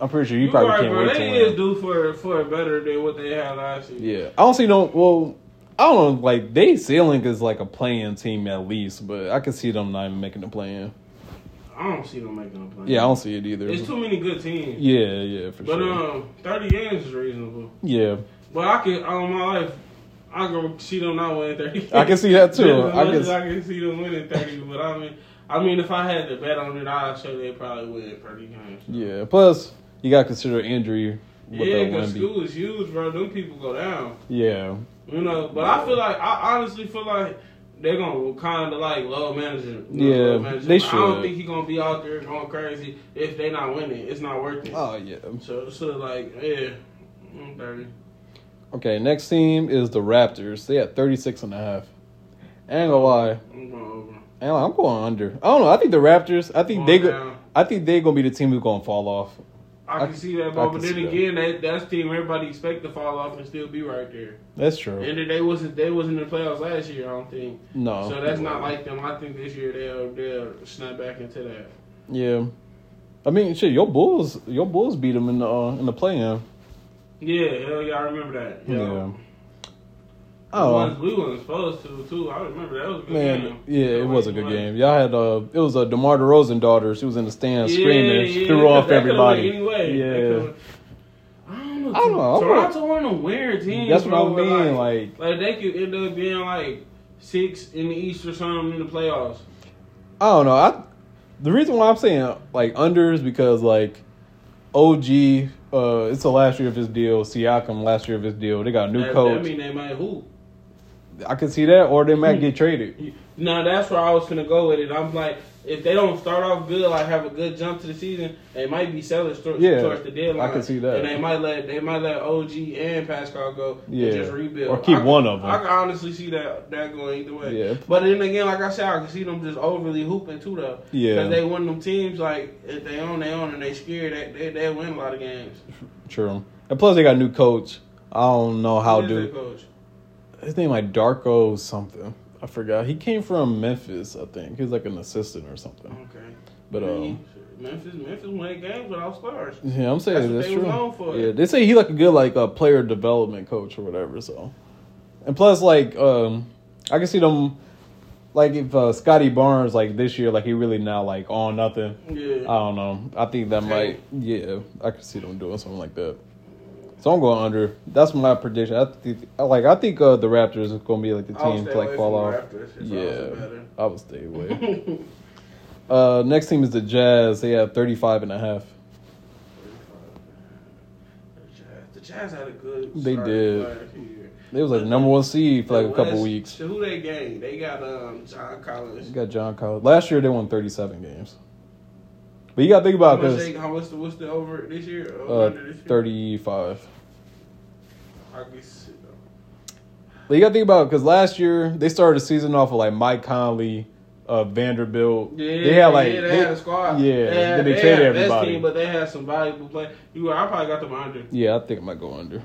I'm pretty sure you,
You
probably
right,
can't
bro.
wait
They
to
is
win.
due for for better than what they had last year.
yeah, I don't see no. Well, I don't know. Like they ceiling is like a playing team at least, but I can see them not even making the play in.
I don't see them making a play.
Yeah, I don't see it either.
It's too many good teams.
yeah, yeah, for
but
sure.
um, thirty games is reasonable.
yeah,
But I can all my life, I can see them not winning thirty.
I can see that
Yeah,
too.
as
I
much as
can.
I can see them winning thirty, but I mean, I mean, if I had to bet on it, I'd say they probably win thirty games.
Yeah. Plus, you gotta consider injury with
yeah,
that
because
Wemby.
school is huge, bro. Them people go down,
yeah,
you know. But I feel like I honestly feel like they're gonna kind of like low manager.
Yeah,
low manager.
they
I don't
should.
think he's gonna be out there going crazy if they not winning. It's not worth it.
oh yeah.
So, so like, yeah, mm, thirty.
Okay, next team is the Raptors. They at 36 and a half. I ain't gonna lie.
I'm going over.
I ain't gonna- I'm going under. I don't know. I think the Raptors. I think
Going
they. Go,
down.
I think they gonna be the team who's gonna fall off.
I,
I
can
c-
see that,
I
bro.
can
But
see
then
that.
again, that that's the team everybody expect to fall off and still be right there.
That's true.
And then they wasn't they wasn't in the playoffs last year, I don't think.
No.
so that's not like them. I think this year they'll they'll snap back into that.
Yeah. I mean, shit. Your Bulls. Your Bulls beat them in the uh, in the play-in.
Yeah, hell yeah, I remember that.
Yeah.
Yeah.
Oh
We wasn't supposed to too. I remember that was a good
man.
game.
Yeah,
That
it was a
a
good
one.
game. Y'all had uh, it was a uh, Demar Derozan daughter. She was in the stands screaming, threw
that-
off
that could've went
everybody.
any way. That
Yeah.
could've- I don't know.
I don't know.
Toronto on a weird team.
That's what I
bro, where,
mean. Like,
Like, like, they could end up being like six in the East or something in the playoffs.
I don't know. I the reason why I'm saying like under is because like OG, uh, it's the last year of his deal. Siakam, last year of his deal. They got a new
that,
coach.
That mean they might hoop.
I can see that, or they might get traded.
No, that's where I was gonna go with it. I'm like, if they don't start off good, like have a good jump to the season, they might be selling st-
Yeah,
towards the deadline.
I can see that.
and they might let they might let OG and Pascal go.
Yeah,
and just rebuild
or keep
I-
one of 'em.
I can honestly see that that going either way.
Yeah.
But then again, like I said, I can see them just overly hooping too though.
Yeah.
Because they win them teams like if they own they own and they scared that they, they win a lot of games.
True. And plus, they got a new coach. I don't know how
Who is their
dude.
coach?
His name like Darko something. I forgot. He came from Memphis, I think. He was like an assistant or something.
Okay.
But um,
Memphis, Memphis win games without stars.
Yeah, I'm saying
That's
that's,
what they was known
true.
for.
Yeah, they say he like a good like uh, player development coach or whatever. So, and plus like um, I can see them like if uh, Scotty Barnes like this year like he really not like on nothing. I
Yeah,
don't know. I think that might yeah. I can see them doing something like that. So I'm going under. That's my prediction. I think like I think uh, the Raptors are gonna be like the
I would
team
stay
to like
away
fall
from
off.
Raptors. It's always
Yeah,
better.
I would stay away. uh, next team is the Jazz. They have 35 and a half.
The Jazz had a good.
They
start
did.
last year.
They was like the number one seed for like
The
a couple
West,
weeks.
Who they gained? They got um John Collins.
You got John Collins. Last year they won 37 games. But you got to think
How
about
much
because
they, how much the, what's the over this year? Over
uh,
under this year?
35.
I guess.
But you got to think about because last year they started the season off with like Mike Conley, uh, Vanderbilt.
Yeah,
they had like
yeah, they,
they-
had a squad.
yeah,
they had,
then they
they
traded
had best
everybody.
team, but they had some valuable play. You, I probably got them under.
yeah, I think I might go under.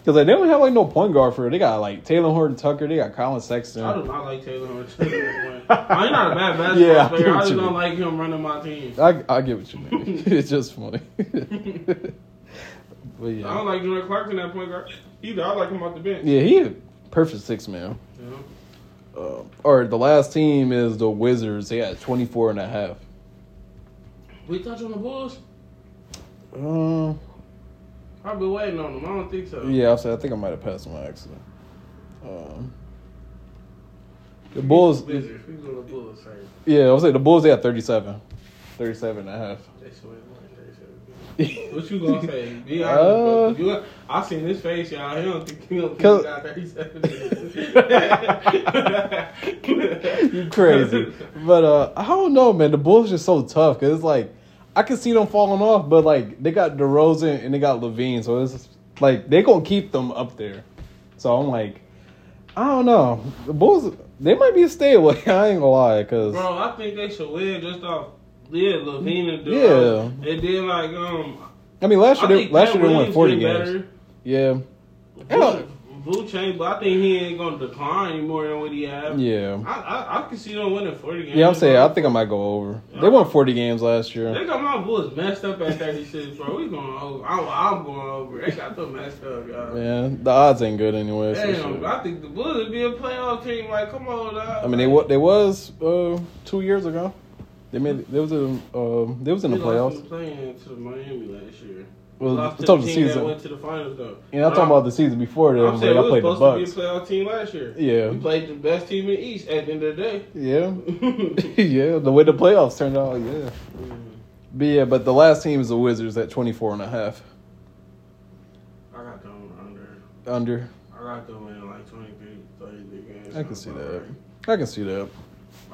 Because like, they don't have like no point guard for it. They got like Taylor Horton Tucker. They got Colin Sexton.
I do not like Taylor Horton. I'm not a bad basketball
Yeah, I get
player. I
what
just
you
don't
mean.
like him running my team.
I I get what you mean. it's just funny. but
I
yeah,
don't like Jordan Clarkson at point guard either. I like him off the bench.
yeah, he a perfect six man.
You know?
Uh, or the last team is the Wizards. They had 24 and a half.
We touch on the Bulls.
Um,
I've been waiting on them. I don't think so.
yeah, I said I think I might have passed my accident. Um, the Bulls.
Wizards. We go to the Bulls. Sorry.
Yeah, I was like the Bulls. They had 37, 37 and a half.
They swear to God, they swear to God. What you gonna say? Be honest,
Uh,
bro. You- I seen his face, y'all. He don't think he don't think
Cause-
he got 37.
You crazy. but uh, I don't know, man. The Bulls just so tough because it's like I can see them falling off, but like they got DeRozan and they got Levine, so it's like they gonna keep them up there. So I'm like, I don't know. The Bulls they might be a stay away. I ain't gonna lie, cause
Bro, I think they should win just off. Yeah, Levine and
Yeah.
Durant. And then like um,
I mean last
I
year they,
think
last
Pat
year they won
Williams
forty
been
games.
better.
Yeah, Yeah.
Blue, Blue chain, but I think he ain't gonna decline any more than what he had.
yeah,
I, I I can see them winning forty games.
yeah. I'm saying I think I might go over. They won forty games last year.
They got my Bulls messed up at 36, bro. We going over. I'm, I'm going over. They got them messed up, y'all.
Yeah, the odds ain't good anyway. So
Damn,
shit.
I think the Bulls would be a playoff team. Like, come on, dog.
I mean, they wa- they was uh, two years ago. They made they was in um they was in the playoffs.
Playing to Miami last year.
Well,
Lost
I'm
to the
talking the
team that
season.
went to the finals though.
And I'm talking about the season before that.
I'm
Like,
saying
I
we was
played the
supposed to be a
Bucks.
playoff team last year.
Yeah.
we played the best team in the East at the end of the day. Mm,
Yeah, yeah. The way the playoffs turned out, yeah. But yeah, but the last team is the Wizards at 24 and a half
I got them under.
under.
I got them in like 23, 33 games.
I can see that. I can see that.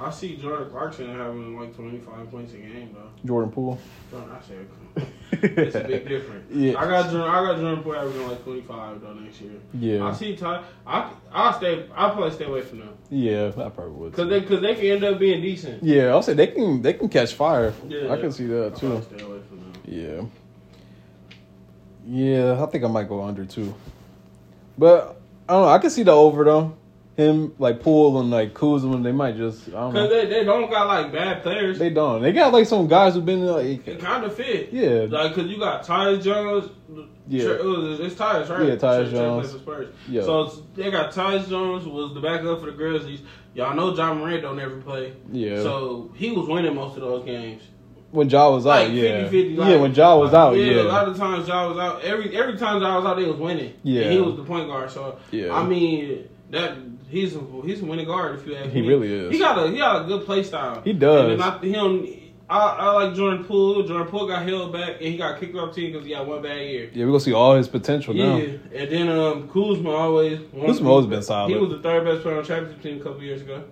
I see Jordan Clarkson having like 25 points a game though.
Jordan Poole.
Don't I say it's a big difference.
Yeah.
I got Jordan. I got Jordan Poole averaging like twenty five though next year. I
Yeah,
see Ty. I I stay. I probably stay away from them
yeah. I probably would.
because
too.
they because they can end up being decent.
yeah, I'll say they can they can catch fire.
Yeah.
I can see
I
that
probably
too.
stay away from them.
Yeah. Yeah, I think I might go under too. But I don't know. I can see the over though. Him like Poole and like Kuzma, they might just I don't
Because
know.
they, they don't got like bad players.
They don't. They got like some guys who've been
It
like
kind of fit.
yeah,
Like, cause you got Tyus Jones.
Yeah.
Tre- it was- it's Tyus, right?
Yeah, Tyus
Tre- Tre-
Jones.
plays for Spurs.
yeah,
So it's- they got Tyus Jones was the backup for the Grizzlies. Y'all know John Moran don't ever play,
yeah.
so he was winning most of those games.
when Ja was out,
like
yeah,
50-50,
yeah.
like-
When Ja was out,
yeah, a
Oh, yeah,
lot of times I was out. Every every time I was out, they was winning.
Yeah.
and he was the point guard. So
yeah.
I mean, that he's a, he's a winning guard if you ask
he
me.
really
He
is.
got a he got a good play style.
He does.
And then I, he don't, I I like Jordan Poole. Jordan Poole got held back and he got kicked off team because he got one bad year.
yeah, we gonna see all his potential
Yeah,
now.
and then um, Kuzma always.
Kuzma always been solid.
He was the third best player on championship team a couple years ago.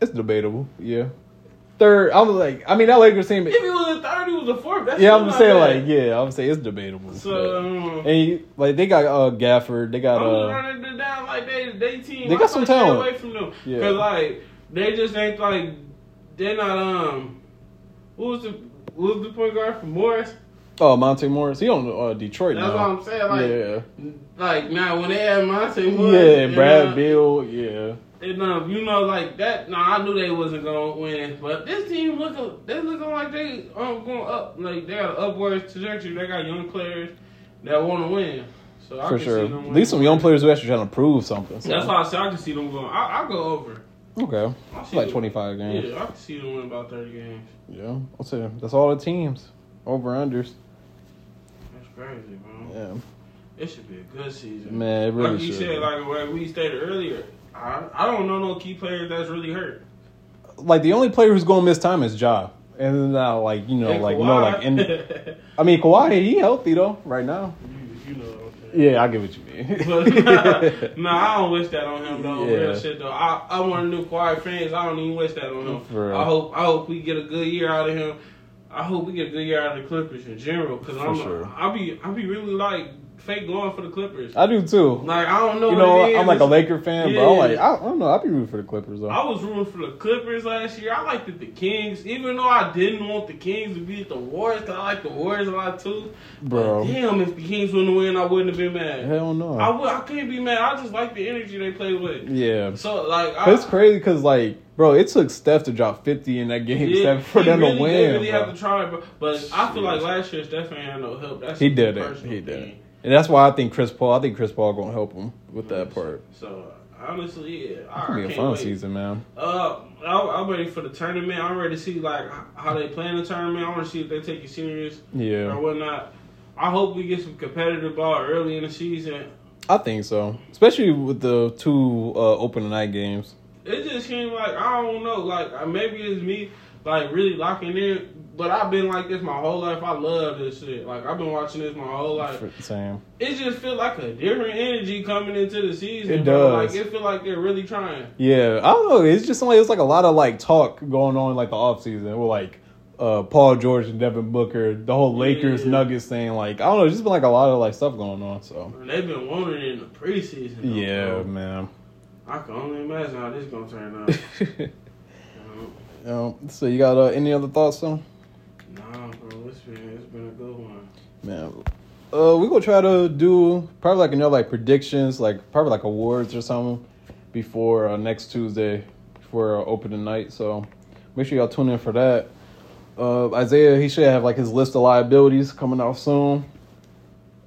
It's debatable. Yeah. Third, I'm like, I mean, that Lakers team.
If he was a third, he was a fourth. That's
Yeah,
still
I'm
not
saying
bad.
like, yeah, I'm saying it's debatable.
So um,
And you, like they got uh Gafford, they got
I'm just
uh
running it down like they they team.
They
I
got some
stay
talent.
away from them
Yeah.
because like they just ain't like they're not um. Who was the who was the point guard for Morris?
oh Monte Morris. He on uh Detroit
That's
now.
what I'm saying. Like
yeah,
Like now, when they had Monte Morris,
yeah,
and,
Brad
uh,
Bill, yeah,
And, um, you know, like that. No, I knew they wasn't gonna win, but this team looking, they looking like they um going up, like they got an upward trajectory. They got young players that want to win. So I
for
can
sure.
see them
At least some
winning.
young players who actually trying to prove something. so.
That's why I said I can see them going. I I go over.
Okay,
I see
like
them-
twenty five games.
Yeah, I can see them win about thirty games.
Yeah, I'll say that's all the teams over unders.
That's crazy, bro.
Yeah,
It should be a good season.
man, it really
like you
should.
said,
be.
like where we stated earlier, I, I don't know no key players that's really hurt.
like the only player who's gonna miss time is Ja. And then now, like you know,
And
like no,
Kawhi-
like in, I mean Kawhi, he healthy though right now.
you, you know what I'm saying.
Yeah, I get what you
But,
mean.
nah, I don't wish that on him though.
Yeah.
Real shit though. I I want to new quiet fans. I don't even wish that on him.
For real.
I hope I hope we get a good year out of him. I hope we get a good year out of the Clippers in general. Cause
For
I'm
sure.
I be I be really like fake going for the Clippers.
I do too.
Like I don't know.
You
what
know,
it is.
I'm like a Laker fan, but I'm like
Yeah.
I, I don't know. I'd be rooting for the Clippers though.
I was rooting for the Clippers last year. I liked it, the Kings, even though I didn't want the Kings to beat the Warriors. 'cause I like the Warriors a lot too.
Bro.
But damn, if the Kings wouldn't win, I wouldn't have been mad.
Hell no.
I would. I couldn't be mad. I just like the energy they play with.
yeah,
So like, I,
it's crazy because like, bro, it took Steph to drop 50 in that game
yeah,
Steph, for
he
them
really,
to
They
win.
really
bro.
have to try, but, but I feel like
Shit.
last year Steph ain't had no help. That's
He
a
did it.
personal
He did it.
thing.
And that's why I think Chris Paul. I think Chris Paul gonna help him with that part.
So honestly, yeah, I,
It's gonna
I
be a
can't
fun
wait.
season, man.
Uh, I, I'm ready for the tournament. I'm ready to see like h- how they play in the tournament. I want to see if they take it serious
Yeah,
or whatnot. I hope we get some competitive ball early in the season.
I think so. Especially with the two uh, open night games.
It just seems like I don't know. Like uh, maybe it's me like really locking in, but I've been like this my whole life. I love this shit. Like I've been watching this my whole life.
For- Same.
It just feel like a different energy coming into the season.
It
bro.
does.
Like it feel like they're really trying.
Yeah, I don't know. It's just like it's like a lot of like talk going on like the off season with like uh, Paul George and Devin Booker, the whole Lakers
Yeah.
Nuggets thing. Like I don't know, it's just been like a lot of like stuff going on. So
And They've been wanting it in the preseason. though,
yeah,
Oh, bro.
man.
I can only imagine how this gonna turn out. Um,
um, so you got uh, any other thoughts on?
Nah, bro, it's been it's been a good one.
Man, uh, we gonna try to do probably like another like predictions, like probably like awards or something before uh, next Tuesday before uh, opening night. So make sure y'all tune in for that. Uh, Isaiah, he should have like his list of liabilities coming out soon.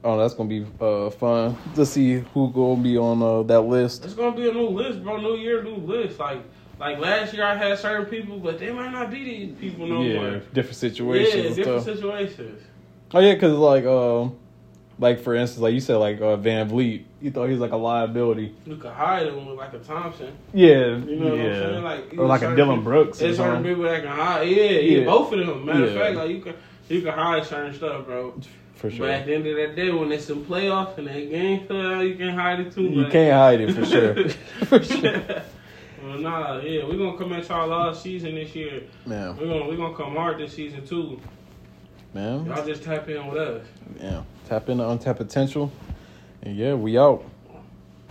Oh, that's gonna be uh fun to see who gonna be on uh, that list.
It's gonna be a new list, bro. New year, new list. Like like last year, I had certain people, but they might not be these people no more.
different situations.
Yeah,
and
different
stuff.
situations.
Oh yeah, cause like um, like for instance, like you said, like uh, Van Vliet, you thought he was like a liability.
You could hide them with like a Thompson.
Yeah,
You know what
yeah.
I'm saying? Like you
or like a
certain
Dylan
people-
Brooks. or
There's certain
something.
people that can hide. Yeah, yeah,
Yeah.
both of them. Matter of
Yeah.
fact, like you can you can hide certain stuff, bro.
For
But
sure.
at the end of that day, when it's in playoffs and that game fell, you can hide it too.
You
but-
can't hide it for sure. for sure.
well, nah, yeah, we're gonna come at y'all all season this year.
Man,
We're gonna we're gonna come hard this season too.
man,
Y'all just tap in with us.
man. Tap into untapped potential. And yeah, we out.